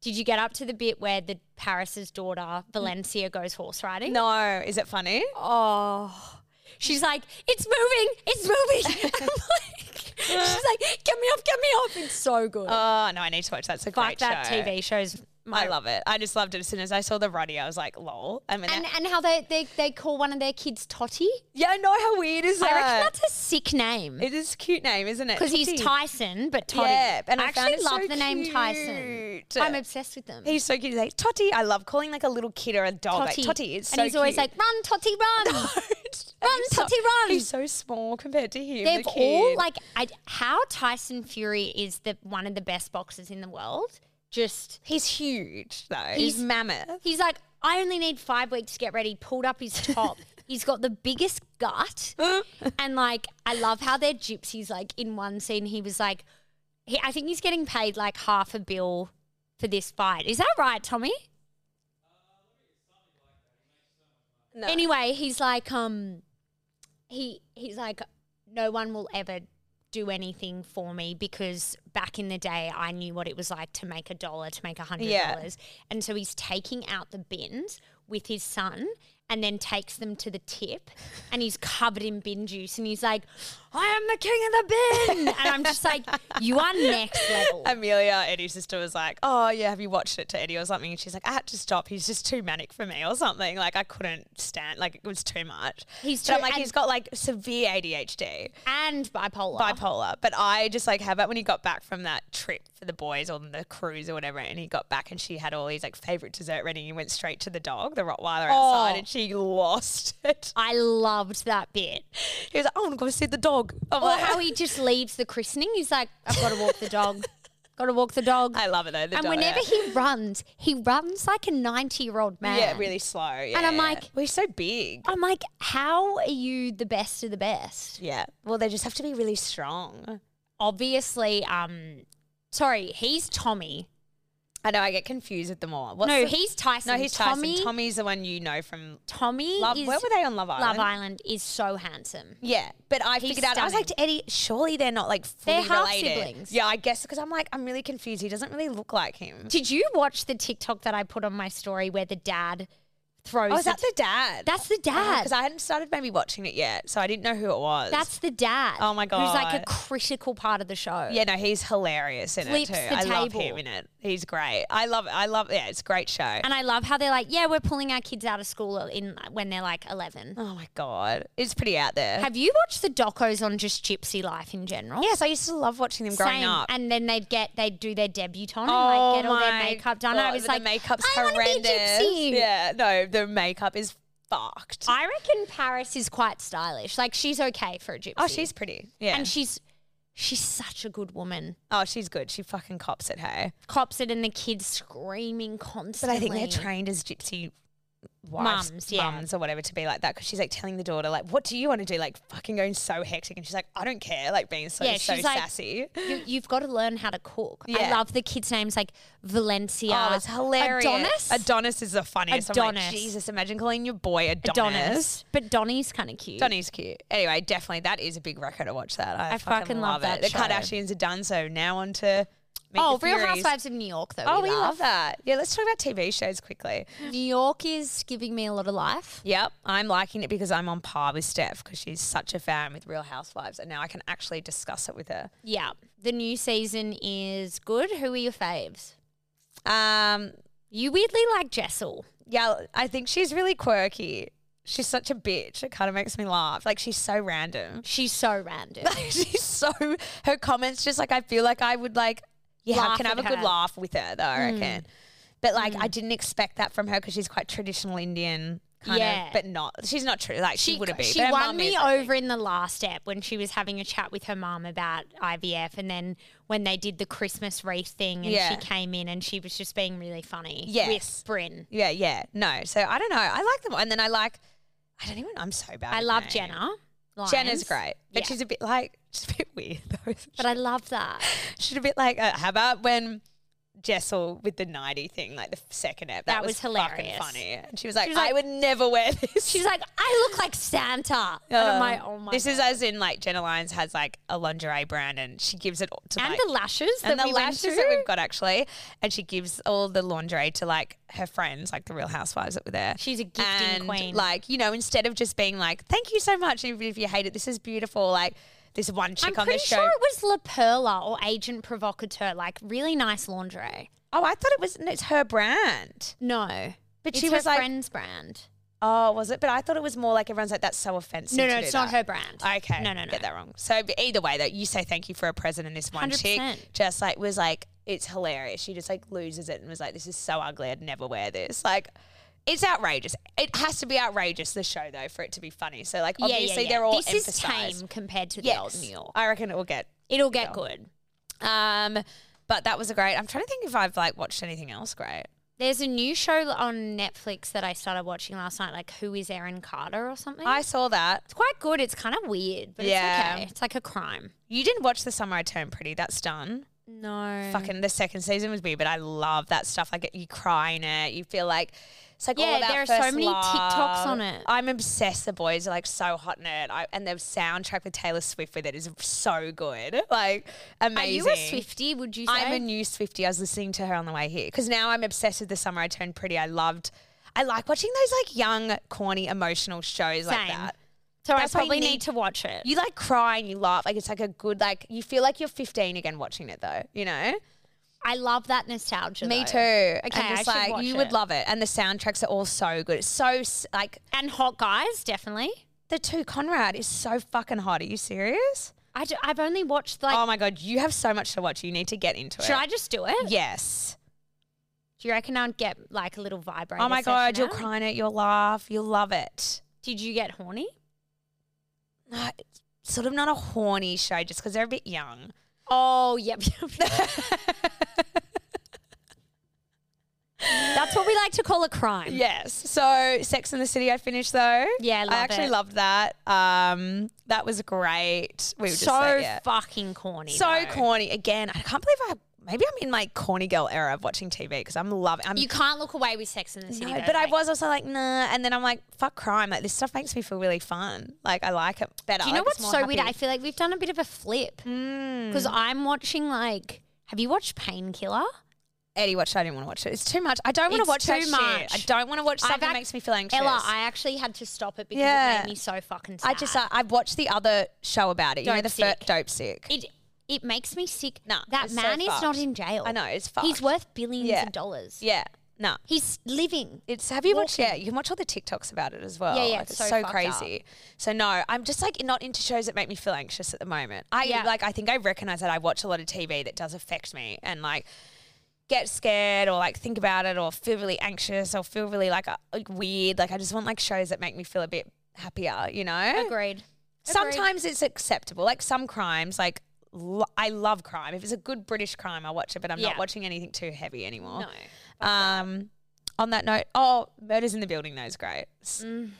S2: Did you get up to the bit where the Paris's daughter Valencia goes horse riding?
S3: No, is it funny?
S2: Oh. She's like, it's moving, it's moving. I'm like, she's like, get me off, get me off. It's so good.
S3: Oh no, I need to watch that. It's a
S2: Fuck
S3: great
S2: that
S3: show.
S2: TV show's my
S3: I love it. I just loved it. As soon as I saw the ruddy, I was like, lol. I mean,
S2: And,
S3: that-
S2: and how they, they, they call one of their kids Totty.
S3: yeah, I know how weird is
S2: I
S3: that?
S2: reckon that's a sick name.
S3: it is a cute name, isn't it?
S2: Because he's
S3: Totty.
S2: Tyson, but Totty.
S3: Yeah, and I found
S2: actually
S3: it
S2: love
S3: so
S2: the name Tyson.
S3: cute.
S2: I'm obsessed with them.
S3: He's so cute. He's like, Totty. I love calling like a little kid or a dog. Totty. Like, Oh, Totty. It's
S2: and
S3: so
S2: he's always
S3: cute.
S2: like, run, Totty, run.
S3: run,
S2: Totty, run.
S3: He's so small compared to him.
S2: They've
S3: the kid.
S2: all like I, how Tyson Fury is the one of the best boxers in the world. Just
S3: He's huge though.
S2: He's-
S3: He's, mammoth.
S2: He's like, I only need five weeks to get ready. Pulled up his top. He's got the biggest gut. and like, I love how they're gypsies. Like, in one scene, he was like, he, I think he's getting paid like half a bill for this fight. Is that right, Tommy?
S3: No.
S2: Anyway, he's like, um, he he's like, no one will ever do anything for me because back in the day, I knew what it was like to make a dollar, to make a hundred
S3: Yeah.
S2: dollars, and so he's taking out the bins with his son. And then takes them to the tip, and he's covered in bin juice, and he's like, "I am the king of the bin," and I'm just like, "You are next level."
S3: Amelia, Eddie's sister, was like, "Oh yeah, have you watched it to Eddie or something?" And she's like, "I had to stop. He's just too manic for me or something. Like I couldn't stand. Like it was too much."
S2: He's
S3: But I'm
S2: too-
S3: like,
S2: and-
S3: he's got like severe ADHD.
S2: and bipolar.
S3: bipolar. But I just like how about when he got back from that trip for the boys on the cruise or whatever, and he got back and she had all his like favorite dessert ready. And he went straight to the dog, the Rottweiler outside,
S2: Oh.
S3: and she lost it.
S2: I loved that bit.
S3: He was like, "Oh, I'm gonna see the dog." I'm
S2: Or
S3: like-
S2: how he just leaves the christening. He's like, I've got to walk the dog. Got to walk the dog.
S3: I love it though. The
S2: and
S3: dog,
S2: whenever
S3: yeah.
S2: he runs, he runs like a 90 year old man.
S3: yeah, really slow. Yeah,
S2: I'm
S3: yeah.
S2: like-
S3: well, he's so big.
S2: I'm like, how are you the best of the best?
S3: Yeah. Well, they just have to be really strong.
S2: Obviously, um, sorry, he's Tommy.
S3: I know I get confused with them all. What's
S2: no,
S3: the-
S2: he's Tyson.
S3: no, he's
S2: Tommy,
S3: Tyson. Tommy's the one you know from
S2: Tommy
S3: Love.
S2: is
S3: Where were they on Love Island?
S2: Love Island is so handsome.
S3: Yeah, but I
S2: He's
S3: figured out. I was like to Eddie, surely they're not like fully
S2: They're half
S3: related.
S2: siblings.
S3: Yeah, I guess because I'm like I'm really confused. He doesn't really look like him.
S2: Did you watch the TikTok that I put on my story where the dad, throws.
S3: Oh, is that
S2: the,
S3: the dad?
S2: that's the dad.
S3: Because I hadn't started maybe watching it yet, so I didn't know who it was.
S2: that's the dad.
S3: Oh my
S2: Who's like a
S3: God.
S2: critical part of the show.
S3: yeah, no, he's hilarious in
S2: Flips
S3: it too.
S2: the
S3: I love
S2: table.
S3: him in it. He's great. I love. I love. Yeah, it's a great show.
S2: And I love how they're like, yeah, we're pulling our kids out of school in uh, when they're like eleven.
S3: oh my god, it's pretty out there.
S2: Have you watched the docos on just gypsy life in general?
S3: yes, I used to love watching them growing
S2: Same.
S3: up.
S2: And then they'd get they'd do their debutante
S3: Oh
S2: and like get all their
S3: my
S2: makeup done. I
S3: God,
S2: was
S3: the
S2: like,
S3: makeup's
S2: I wanna
S3: horrendous.
S2: Be gypsy.
S3: Yeah, no, the makeup is fucked.
S2: I reckon Paris is quite stylish. Like she's okay for a gypsy.
S3: oh, she's pretty. Yeah.
S2: and she's she's such a good woman.
S3: oh, she's good. She fucking cops it. Hey.
S2: Cops it and the kids screaming
S3: But I
S2: constantly.
S3: think they're trained as gypsy wives,
S2: Mums,
S3: mums,
S2: yeah.
S3: or whatever to be like that because she's like telling the daughter like, "What do you want to do?" Like fucking going so hectic, and she's like, "I don't care." Like being so
S2: Yeah,
S3: so
S2: she's like-
S3: sassy.
S2: You, you've got to learn how to cook. I
S3: Yeah.
S2: love the kids' names like Valencia.
S3: Oh, it's hilarious.
S2: Adonis.
S3: Adonis is the funniest. I'm
S2: Adonis.
S3: like, Jesus, imagine calling your boy Adonis.
S2: Adonis. But Donnie's kind of cute.
S3: Donnie's cute. Anyway, definitely that is a big record to watch that. I, fucking, love,
S2: that
S3: it. The
S2: show.
S3: Kardashians are done, so now on to Meet
S2: Oh,
S3: the
S2: Real
S3: Furies.
S2: Housewives of New York though.
S3: Oh, we love that. Yeah, let's talk about TV shows quickly.
S2: New York is giving me a lot of life.
S3: Yep, I'm liking it because I'm on par with Steph because she's such a fan with Real Housewives, and now I can actually discuss it with her.
S2: Yeah. The new season is good. Who are your faves?
S3: Um,
S2: You weirdly like Jessel.
S3: yeah, I think she's really quirky. She's such a bitch. It kind of makes me laugh. Like she's so random.
S2: She's so random.
S3: she's so her comments just like I feel like I would like yeah
S2: Laugh
S3: can I have a
S2: at
S3: good
S2: her. Hmm.
S3: laugh with her though I reckon but like I didn't expect that from her because she's quite traditional Indian kind
S2: Yeah.
S3: of but not she's not true like she, wouldn't be
S2: She
S3: but her
S2: won
S3: mum
S2: me
S3: is, I
S2: over in the last step when she was having a chat with her mom about IVF, and then when they did the Christmas wreath thing, and
S3: Yeah.
S2: she came in and she was just being really funny. with
S3: Yes.
S2: Bryn.
S3: think. yeah yeah no so I don't know I like them all. and then I like I don't even I'm so bad
S2: I
S3: with
S2: love
S3: names.
S2: Jenna. Lyons,
S3: Jenna's great but
S2: Yeah.
S3: she's a bit like she's a bit weird though
S2: but I love that.
S3: she's a bit like uh, how about when Jessel with the 90 thing, like the second ep. That,
S2: That was
S3: was,
S2: hilarious.
S3: fucking funny. And she was like,
S2: was like-
S3: I would never wear this. Um,
S2: She's like, I look like Santa. and I'm like, oh my.
S3: This is
S2: God."
S3: as in like Jenna Lyons has like a lingerie brand and she gives it to
S2: and
S3: like
S2: the lashes
S3: and
S2: that
S3: the
S2: we
S3: lashes
S2: went
S3: that
S2: through.
S3: we've got actually, and she gives all the lingerie to like her friends, like the Real Housewives that were there.
S2: She's a gifting
S3: and,
S2: queen.
S3: Like you know, instead of just being like, "Thank you so much," even if you hate it, this is beautiful. Like this one chick
S2: I'm
S3: on
S2: pretty
S3: the show.
S2: sure it was La Perla or Agent Provocateur, like really nice lingerie.
S3: oh, I thought it was. It's her brand.
S2: No, but
S3: she was
S2: her
S3: like-
S2: friend's brand.
S3: Oh, was it? But I thought it was more like everyone's like, "That's so offensive."
S2: No,
S3: to
S2: no,
S3: do
S2: it's not
S3: that."
S2: her brand.
S3: Okay.
S2: No, no, no.
S3: Get that wrong. So but either way, though, you say thank you for a present, and this one chick
S2: 100%.
S3: just like was like, it's hilarious. She just like loses it and was like, this is so ugly. I'd never wear this. Like, it's outrageous. It has to be outrageous. The show though, for it to be funny. So like,
S2: Yeah, yeah,
S3: obviously
S2: yeah.
S3: they're all
S2: This
S3: emphasized.
S2: is tame compared to the old
S3: Yes,
S2: New York.
S3: I reckon it will get.
S2: It'll get good.
S3: Um, but that was a great. I'm trying to think if I've like watched anything else great.
S2: There's a new show on Netflix that I started watching last night, like Who is Aaron Carter or something.
S3: I saw that.
S2: it's quite good. It's kind of weird, but
S3: Yeah.
S2: it's okay. It's like a crime.
S3: You didn't watch The Summer I Turned Pretty. That's done.
S2: No.
S3: fucking the second season was weird, but I love that stuff. Like you cry in it, you feel like it's like
S2: Yeah,
S3: all about
S2: there are so
S3: first
S2: many
S3: love.
S2: TikToks on it.
S3: I'm obsessed. The boys are like so hot in it, I, and the soundtrack with Taylor Swift with it is so good. Like
S2: Are
S3: amazing.
S2: you a Swifty? Would you say?
S3: I'm a new Swifty. I was listening to her on the way here because now I'm obsessed with the summer I turned pretty. I loved. I like watching those like young, corny, emotional shows
S2: Same.
S3: like that.
S2: so I
S3: that's why you
S2: probably need,
S3: need-
S2: to watch it.
S3: You like cry and you laugh. Like it's like a good like you feel like you're 15 again watching it though. You know.
S2: I love that nostalgia.
S3: Me
S2: though.
S3: too. Okay,
S2: I
S3: and
S2: should
S3: just like
S2: watch
S3: you
S2: it.
S3: would love it, and the soundtracks are all so good. It's so s- like
S2: And hot guys, definitely.
S3: the two Conrad is so fucking hot. Are you serious?
S2: I do, I've only watched like.
S3: oh my god, you have so much to watch. You need to get into
S2: should
S3: it.
S2: I just do it?
S3: Yes.
S2: Do you reckon I'd get like a little vibrator?
S3: oh my
S2: session
S3: god, you'll
S2: out?
S3: cry in it. You'll laugh. You'll love it.
S2: Did you get horny?
S3: No, it's sort of not a horny show just because they're a bit young.
S2: Oh, yep. yep, yep. That's what we like to call a crime.
S3: Yes. So Sex in the City, I finished though.
S2: Yeah, I love
S3: I actually
S2: it.
S3: loved that. Um, that was great. We were just
S2: So
S3: like, yeah.
S2: fucking corny.
S3: So
S2: though.
S3: corny. Again, I can't believe I. Maybe I'm in my corny girl era of watching TV because I'm loving. I'm,
S2: You can't look away with Sex in the City.
S3: no,
S2: though,
S3: but I
S2: like-
S3: was also like, nah. And then I'm like, fuck crime. Like this stuff makes me feel really fun. Like I like it better.
S2: Do you know
S3: Like, it's
S2: what's
S3: more
S2: so weird? I
S3: happy. Hmm.
S2: feel like we've done a bit of a flip because I'm watching like. Have you watched Painkiller?
S3: Eddie watched. It. I didn't want to watch it. It's too much. I don't want
S2: It's
S3: to watch
S2: too
S3: that shit.
S2: much.
S3: I don't want to watch something
S2: I've
S3: that
S2: ac-
S3: makes me feel anxious.
S2: Ella, I actually had to stop it because
S3: Yeah.
S2: it made me so fucking sad.
S3: I just uh, I've watched the other show about it. You know
S2: Dope
S3: the fir-
S2: Sick.
S3: dope sick.
S2: it it makes me sick.
S3: Nah,
S2: that
S3: it's so
S2: man is not
S3: fucked.
S2: in jail.
S3: I know it's fucked.
S2: He's worth billions
S3: Yeah.
S2: of dollars.
S3: Yeah. No.
S2: He's living.
S3: It's have you watched? Yeah, you can watch all the TikToks about it as well.
S2: Yeah, yeah,
S3: Like,
S2: it's
S3: it's
S2: so
S3: so,
S2: fucked
S3: crazy. So no, I'm just like not into shows that make me feel anxious at the moment. I
S2: Yeah.
S3: like I think I recognize that I watch a lot of TV that does affect me and like get scared or like think about it or feel really anxious or feel really like, uh, like weird. Like I just want like shows that make me feel a bit happier. You know.
S2: Agreed.
S3: Sometimes it's acceptable. Like some crimes, like. Lo- I love crime. If it's a good British crime, I watch it, but I'm
S2: Yeah.
S3: not watching anything too heavy anymore.
S2: No.
S3: Um, on that note, oh, Murders in the Building, though, is great. S-
S2: Mm.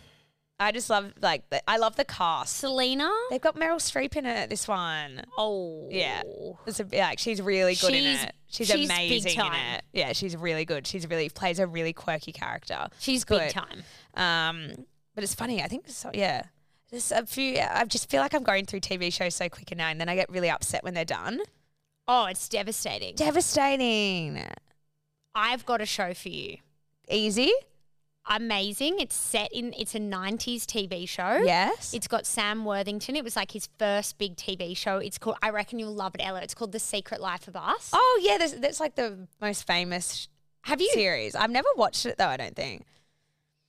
S3: I just love like the, I love the cast.
S2: Selena.
S3: They've got Meryl Streep in it. This one,
S2: Oh.
S3: yeah, it's a, like she's really good
S2: She's-
S3: in it. She's,
S2: she's big
S3: amazing in
S2: time.
S3: it. Yeah, she's really good. She's really plays a really quirky character.
S2: She's big
S3: Good.
S2: time.
S3: Um, but it's funny. I think so. Yeah, there's a few. I just feel like I'm going through TV shows so quick now, and then I get really upset when they're done.
S2: Oh, it's devastating.
S3: Devastating.
S2: I've got a show for you.
S3: Easy.
S2: Amazing. It's set in. It's a '90s TV show.
S3: Yes.
S2: Mm. It's got Sam Worthington. It was like his first big TV show. It's called. I reckon you'll love it, Ella. It's called The Secret Life of Us.
S3: Oh yeah, that's, that's like the most famous
S2: Have you?
S3: series. I've never watched it though. I don't think.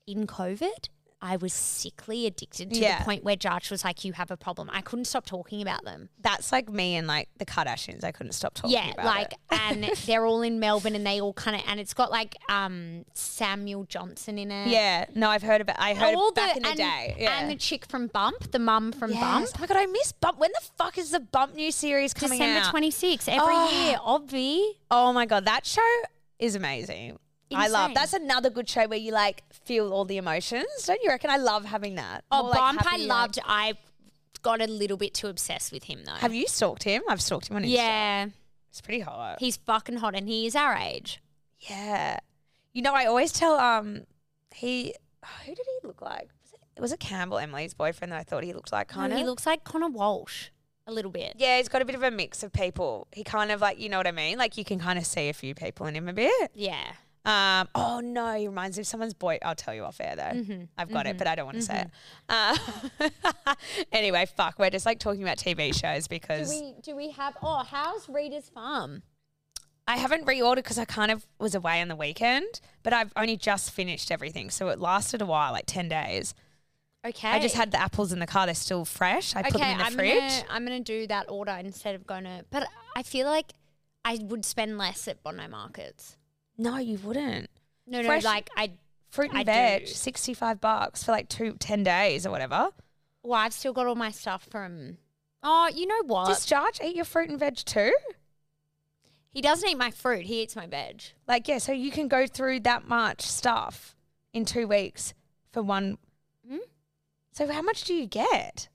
S2: in COVID, I was sickly addicted to
S3: Yeah.
S2: the point where Josh was like, "You have a problem." I couldn't stop talking about them.
S3: That's like me and like the Kardashians. I couldn't stop talking.
S2: yeah,
S3: about
S2: like,
S3: it.
S2: and they're all in Melbourne, and they all kind of, and it's got like um Samuel Johnson in it.
S3: yeah. No, I've heard about. I heard
S2: all
S3: back
S2: the
S3: in the
S2: and,
S3: day. Yeah.
S2: and the chick from Bump, the mum from
S3: Yes.
S2: Bump.
S3: Oh my god, I miss Bump. When the fuck is the Bump new series coming
S2: December
S3: out?
S2: twenty sixth every
S3: Oh.
S2: year, obvi.
S3: oh my god, that show is amazing. I love.
S2: Insane.
S3: That's another good show where you like feel all the emotions, don't you reckon? I love having that.
S2: Oh,
S3: More, like,
S2: Bump, I
S3: happy, like-
S2: loved. I got a little bit too obsessed with him though.
S3: Have you stalked him? I've stalked him on Instagram.
S2: yeah,
S3: it's pretty hot.
S2: he's fucking hot, and he is our age.
S3: Yeah. You know, I always tell um he who did he look like? Was it, was it Campbell Emily's boyfriend that I thought he looked like kind
S2: No,
S3: of?
S2: he looks like Connor Walsh a little bit.
S3: yeah, he's got a bit of a mix of people. He kind of like, you know what I mean? Like you can kind of see a few people in him a bit.
S2: Yeah.
S3: Um, oh no, he reminds me of someone's boy. I'll tell you off air though.
S2: Mm-hmm,
S3: I've got it, but I don't want to say it. Uh, anyway, fuck, we're just like talking about TV shows because
S2: we do we have oh how's Reader's Farm?
S3: I haven't reordered because I kind of was away on the weekend, but I've only just finished everything. So it lasted a while, like 10 days.
S2: Okay.
S3: I just had the apples in the car. They're still fresh. I put them in the
S2: I'm
S3: fridge.
S2: Gonna, I'm gonna do that order instead of going to but I feel like I would spend less at Bondi markets.
S3: No, you wouldn't.
S2: No, no,
S3: Fresh-
S2: like I
S3: Fruit and
S2: I
S3: veg,
S2: do.
S3: 65 bucks for like two, 10 days or whatever.
S2: well, I've still got all my stuff from Oh, you know what?
S3: Does Jarge eat your fruit and veg too?
S2: he doesn't eat my fruit, he eats my veg.
S3: Like, yeah, so you can go through that much stuff in two weeks for one.
S2: Hmm?
S3: So how much do you get?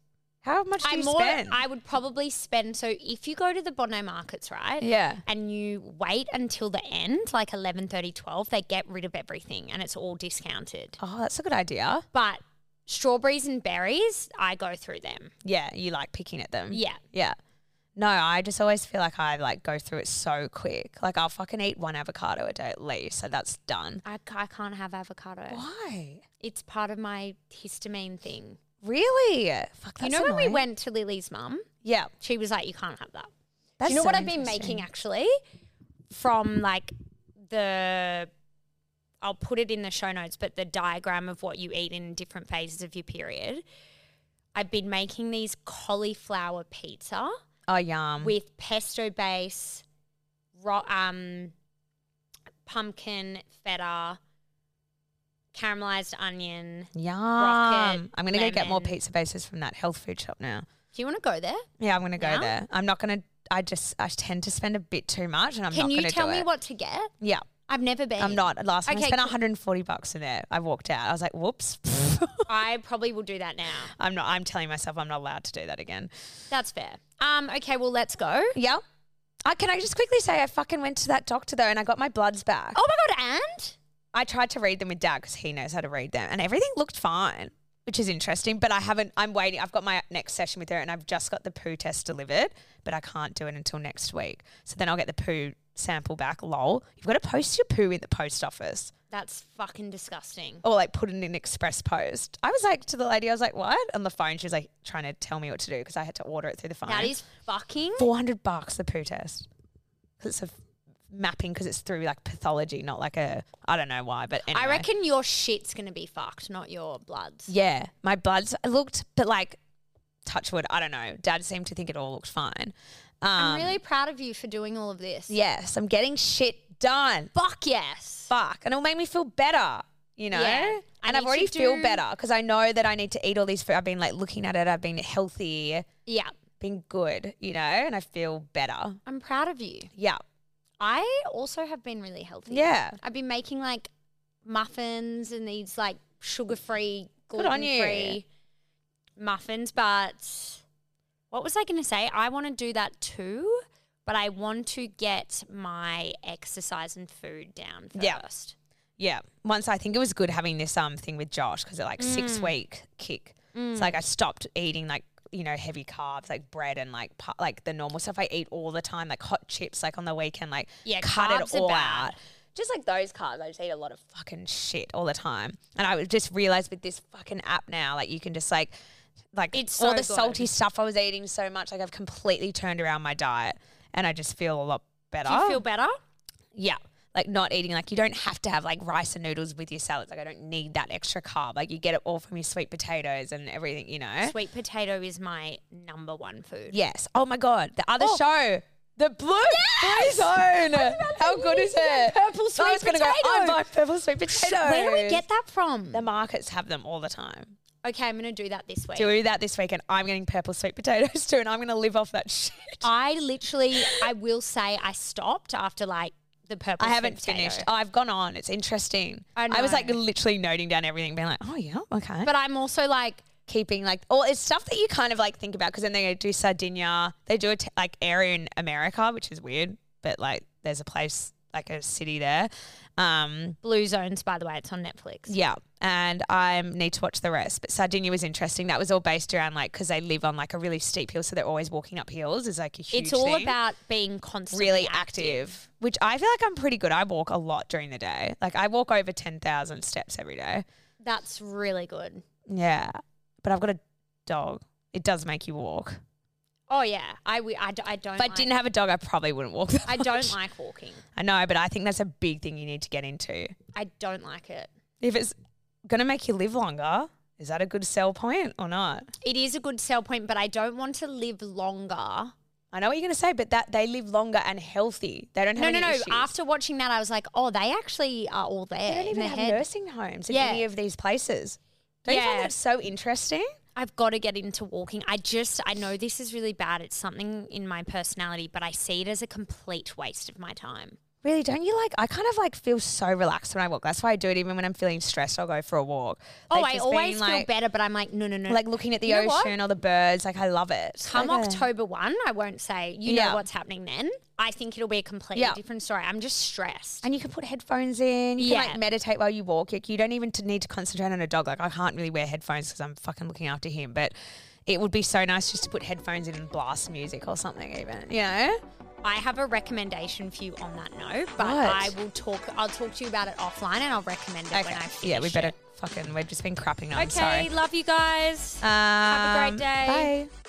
S3: How much do
S2: I
S3: you
S2: more
S3: spend?
S2: I would probably spend so if you go to the Bondi markets, right?
S3: yeah.
S2: and you wait until the end, like 11, 12, they get rid of everything and it's all discounted.
S3: Oh, that's a good idea.
S2: But strawberries and berries, I go through them.
S3: Yeah, you like picking at them.
S2: Yeah.
S3: Yeah. No, I just always feel like I like go through it so quick. Like I'll fucking eat one avocado a day at least, so that's done.
S2: I, ca- I can't have avocado.
S3: Why?
S2: It's part of my histamine thing.
S3: Really? Fuck. That's
S2: you know when we
S3: annoying.
S2: went to Lily's mum,
S3: Yeah.
S2: she was like, "You can't have that."
S3: That's
S2: Do you know what
S3: so
S2: I've been
S3: interesting.
S2: making actually from like the. I'll put it in the show notes, but the diagram of what you eat in different phases of your period. I've been making these cauliflower pizza
S3: Oh yum.
S2: with pesto base, ro- um, pumpkin feta, caramelized onion.
S3: yum.
S2: rocket
S3: I'm gonna go get more
S2: lemon.
S3: pizza bases from that health food shop now.
S2: Do you want to go there?
S3: Yeah, I'm gonna go
S2: Now?
S3: there. I'm not gonna. I just I tend to spend a bit too much, and I'm
S2: Can
S3: not
S2: you
S3: gonna
S2: tell
S3: do
S2: me
S3: it.
S2: what to get?
S3: Yeah,
S2: I've never been.
S3: I'm not. Last time
S2: Okay,
S3: I spent
S2: cool.
S3: 140 bucks in there. I walked out. I was like, whoops.
S2: I probably will do that now.
S3: I'm not. I'm telling myself I'm not allowed to do that again.
S2: That's fair. Um. Okay. Well, let's go.
S3: Yeah. I can I just quickly say I fucking went to that doctor though and I got my bloods back.
S2: Oh my god! And
S3: I tried to read them with dad because he knows how to read them and everything looked fine, which is interesting. But I haven't, I'm waiting. I've got my next session with her and I've just got the poo test delivered, but I can't do it until next week. So then I'll get the poo sample back, lol. You've got to post your poo in the post office
S2: That's fucking disgusting.
S3: or like put it in an express post. I was like to the lady, I was like, what? On the phone, she was like trying to tell me what to do because I had to order it through the phone.
S2: That is fucking.
S3: 400 bucks the poo test. 'Cause it's a f- mapping because it's through like pathology, not like a, I don't know why, but anyway.
S2: I reckon your shit's gonna be fucked, not your bloods.
S3: Yeah, my bloods I looked, but like touch wood, I don't know. Dad seemed to think it all looked fine. Um,
S2: I'm really proud of you for doing all of this.
S3: yes, I'm getting shit done.
S2: Fuck yes.
S3: fuck and it'll make me feel better you know
S2: Yeah. I
S3: and i've
S2: need
S3: already
S2: to
S3: feel
S2: do-
S3: better because i know that i need to eat all these food i've been like looking at it i've been healthy
S2: Yeah.
S3: been good you know and i feel better
S2: I'm proud of you.
S3: yeah
S2: I also have been really healthy.
S3: yeah
S2: I've been making like muffins and these like sugar free,
S3: Good on
S2: gluten
S3: you.
S2: free muffins. But what was I going to say? I want to do that too, but I want to get my exercise and food down first.
S3: Yeah. yeah once i think it was good having this um thing with josh because it like six week kick it's like i stopped eating like you know heavy carbs like bread and like pa- like the normal stuff i eat all the time like hot chips like on the weekend like
S2: Yeah,
S3: cut
S2: carbs
S3: it
S2: are
S3: all
S2: bad.
S3: out just like those carbs i just eat a lot of fucking shit all the time and i just realized with this fucking app now like you can just like like
S2: It's
S3: all
S2: so
S3: the
S2: good.
S3: salty stuff i was eating so much like i've completely turned around my diet and i just feel a lot better
S2: Do you feel better?
S3: yeah. Like not eating, like you don't have to have like rice and noodles with your salads. Like I don't need that extra carb. Like you get it all from your sweet potatoes and everything, you know?
S2: Sweet potato is my number one food.
S3: Yes. Oh my God. The other show, the blue, blue zone. How good is it? Purple
S2: sweet
S3: I was gonna go, I
S2: potato.
S3: buy purple sweet potato.
S2: Where do we get that from?
S3: The markets have them all the time.
S2: Okay, I'm going to do that this week.
S3: Do that this weekend. I'm getting purple sweet potatoes too, and I'm gonna live off that shit.
S2: I literally, I will say, I stopped after like the purple.
S3: I haven't
S2: sweet potato.
S3: finished. I've gone on. It's interesting.
S2: I
S3: I was
S2: know.
S3: like literally noting down everything, being like, oh yeah, okay.
S2: But I'm also like,
S3: keeping like or it's stuff that you kind of like think about because then they do Sardinia, they do a t- like area in America, which is weird, but like there's a place like a city there. Um,
S2: Blue Zones, by the way, it's on Netflix.
S3: yeah, and I need to watch the rest. But Sardinia was interesting. That was all based around like because they live on like a really steep hill, so they're always walking up hills. Is like a huge.
S2: it's all
S3: thing.
S2: about being constantly
S3: really
S2: active.
S3: active, which I feel like I'm pretty good. I walk a lot during the day. Like I walk over ten thousand steps every day.
S2: That's really good.
S3: Yeah, but I've got a dog. It does make you walk.
S2: Oh yeah, I w- I, d- I don't.
S3: If I
S2: like,
S3: didn't have a dog, I probably wouldn't walk. That
S2: I
S3: much.
S2: don't like walking.
S3: I know, but I think that's a big thing you need to get into.
S2: I don't like it.
S3: If it's gonna make you live longer, is that a good sell point or not?
S2: It is a good sell point, but I don't want to live longer.
S3: I know what you're gonna say, but that they live longer and healthy. They don't have
S2: No,
S3: any
S2: no, no.
S3: issues.
S2: After watching that, I was like, oh, they actually are all there.
S3: they don't
S2: in
S3: even
S2: their
S3: have
S2: head.
S3: nursing homes in
S2: Yeah.
S3: any of these places. Don't you
S2: Yeah.
S3: find that so interesting?
S2: I've got to get into walking. I just, I know this is really bad. It's something in my personality, but I see it as a complete waste of my time.
S3: Really, don't you like? I kind of like feel so relaxed when I walk. That's why I do it. Even when I'm feeling stressed, I'll go for a walk.
S2: oh,
S3: Like,
S2: I
S3: just being,
S2: always feel
S3: like,
S2: better, but I'm like, no, no, no.
S3: Like looking at the
S2: You know what?
S3: ocean or the birds. Like I love it.
S2: come
S3: Like a-
S2: October 1, I won't say, you
S3: Yeah.
S2: know what's happening then. I think it'll be a completely
S3: Yeah.
S2: different story. I'm just stressed.
S3: And you can put headphones in. You can
S2: Yeah.
S3: like meditate while you walk. Like, you don't even t- need to concentrate on a dog. Like I can't really wear headphones because I'm fucking looking after him. But it would be so nice just to put headphones in and blast music or something. Even you know.
S2: I have a recommendation for you on that note, but
S3: What?
S2: I will talk, I'll talk to you about it offline and I'll recommend it when I finish.
S3: yeah, we better
S2: it.
S3: fucking. We've just been crapping on.
S2: Okay,
S3: Sorry.
S2: love you guys.
S3: Um,
S2: great day.
S3: Bye.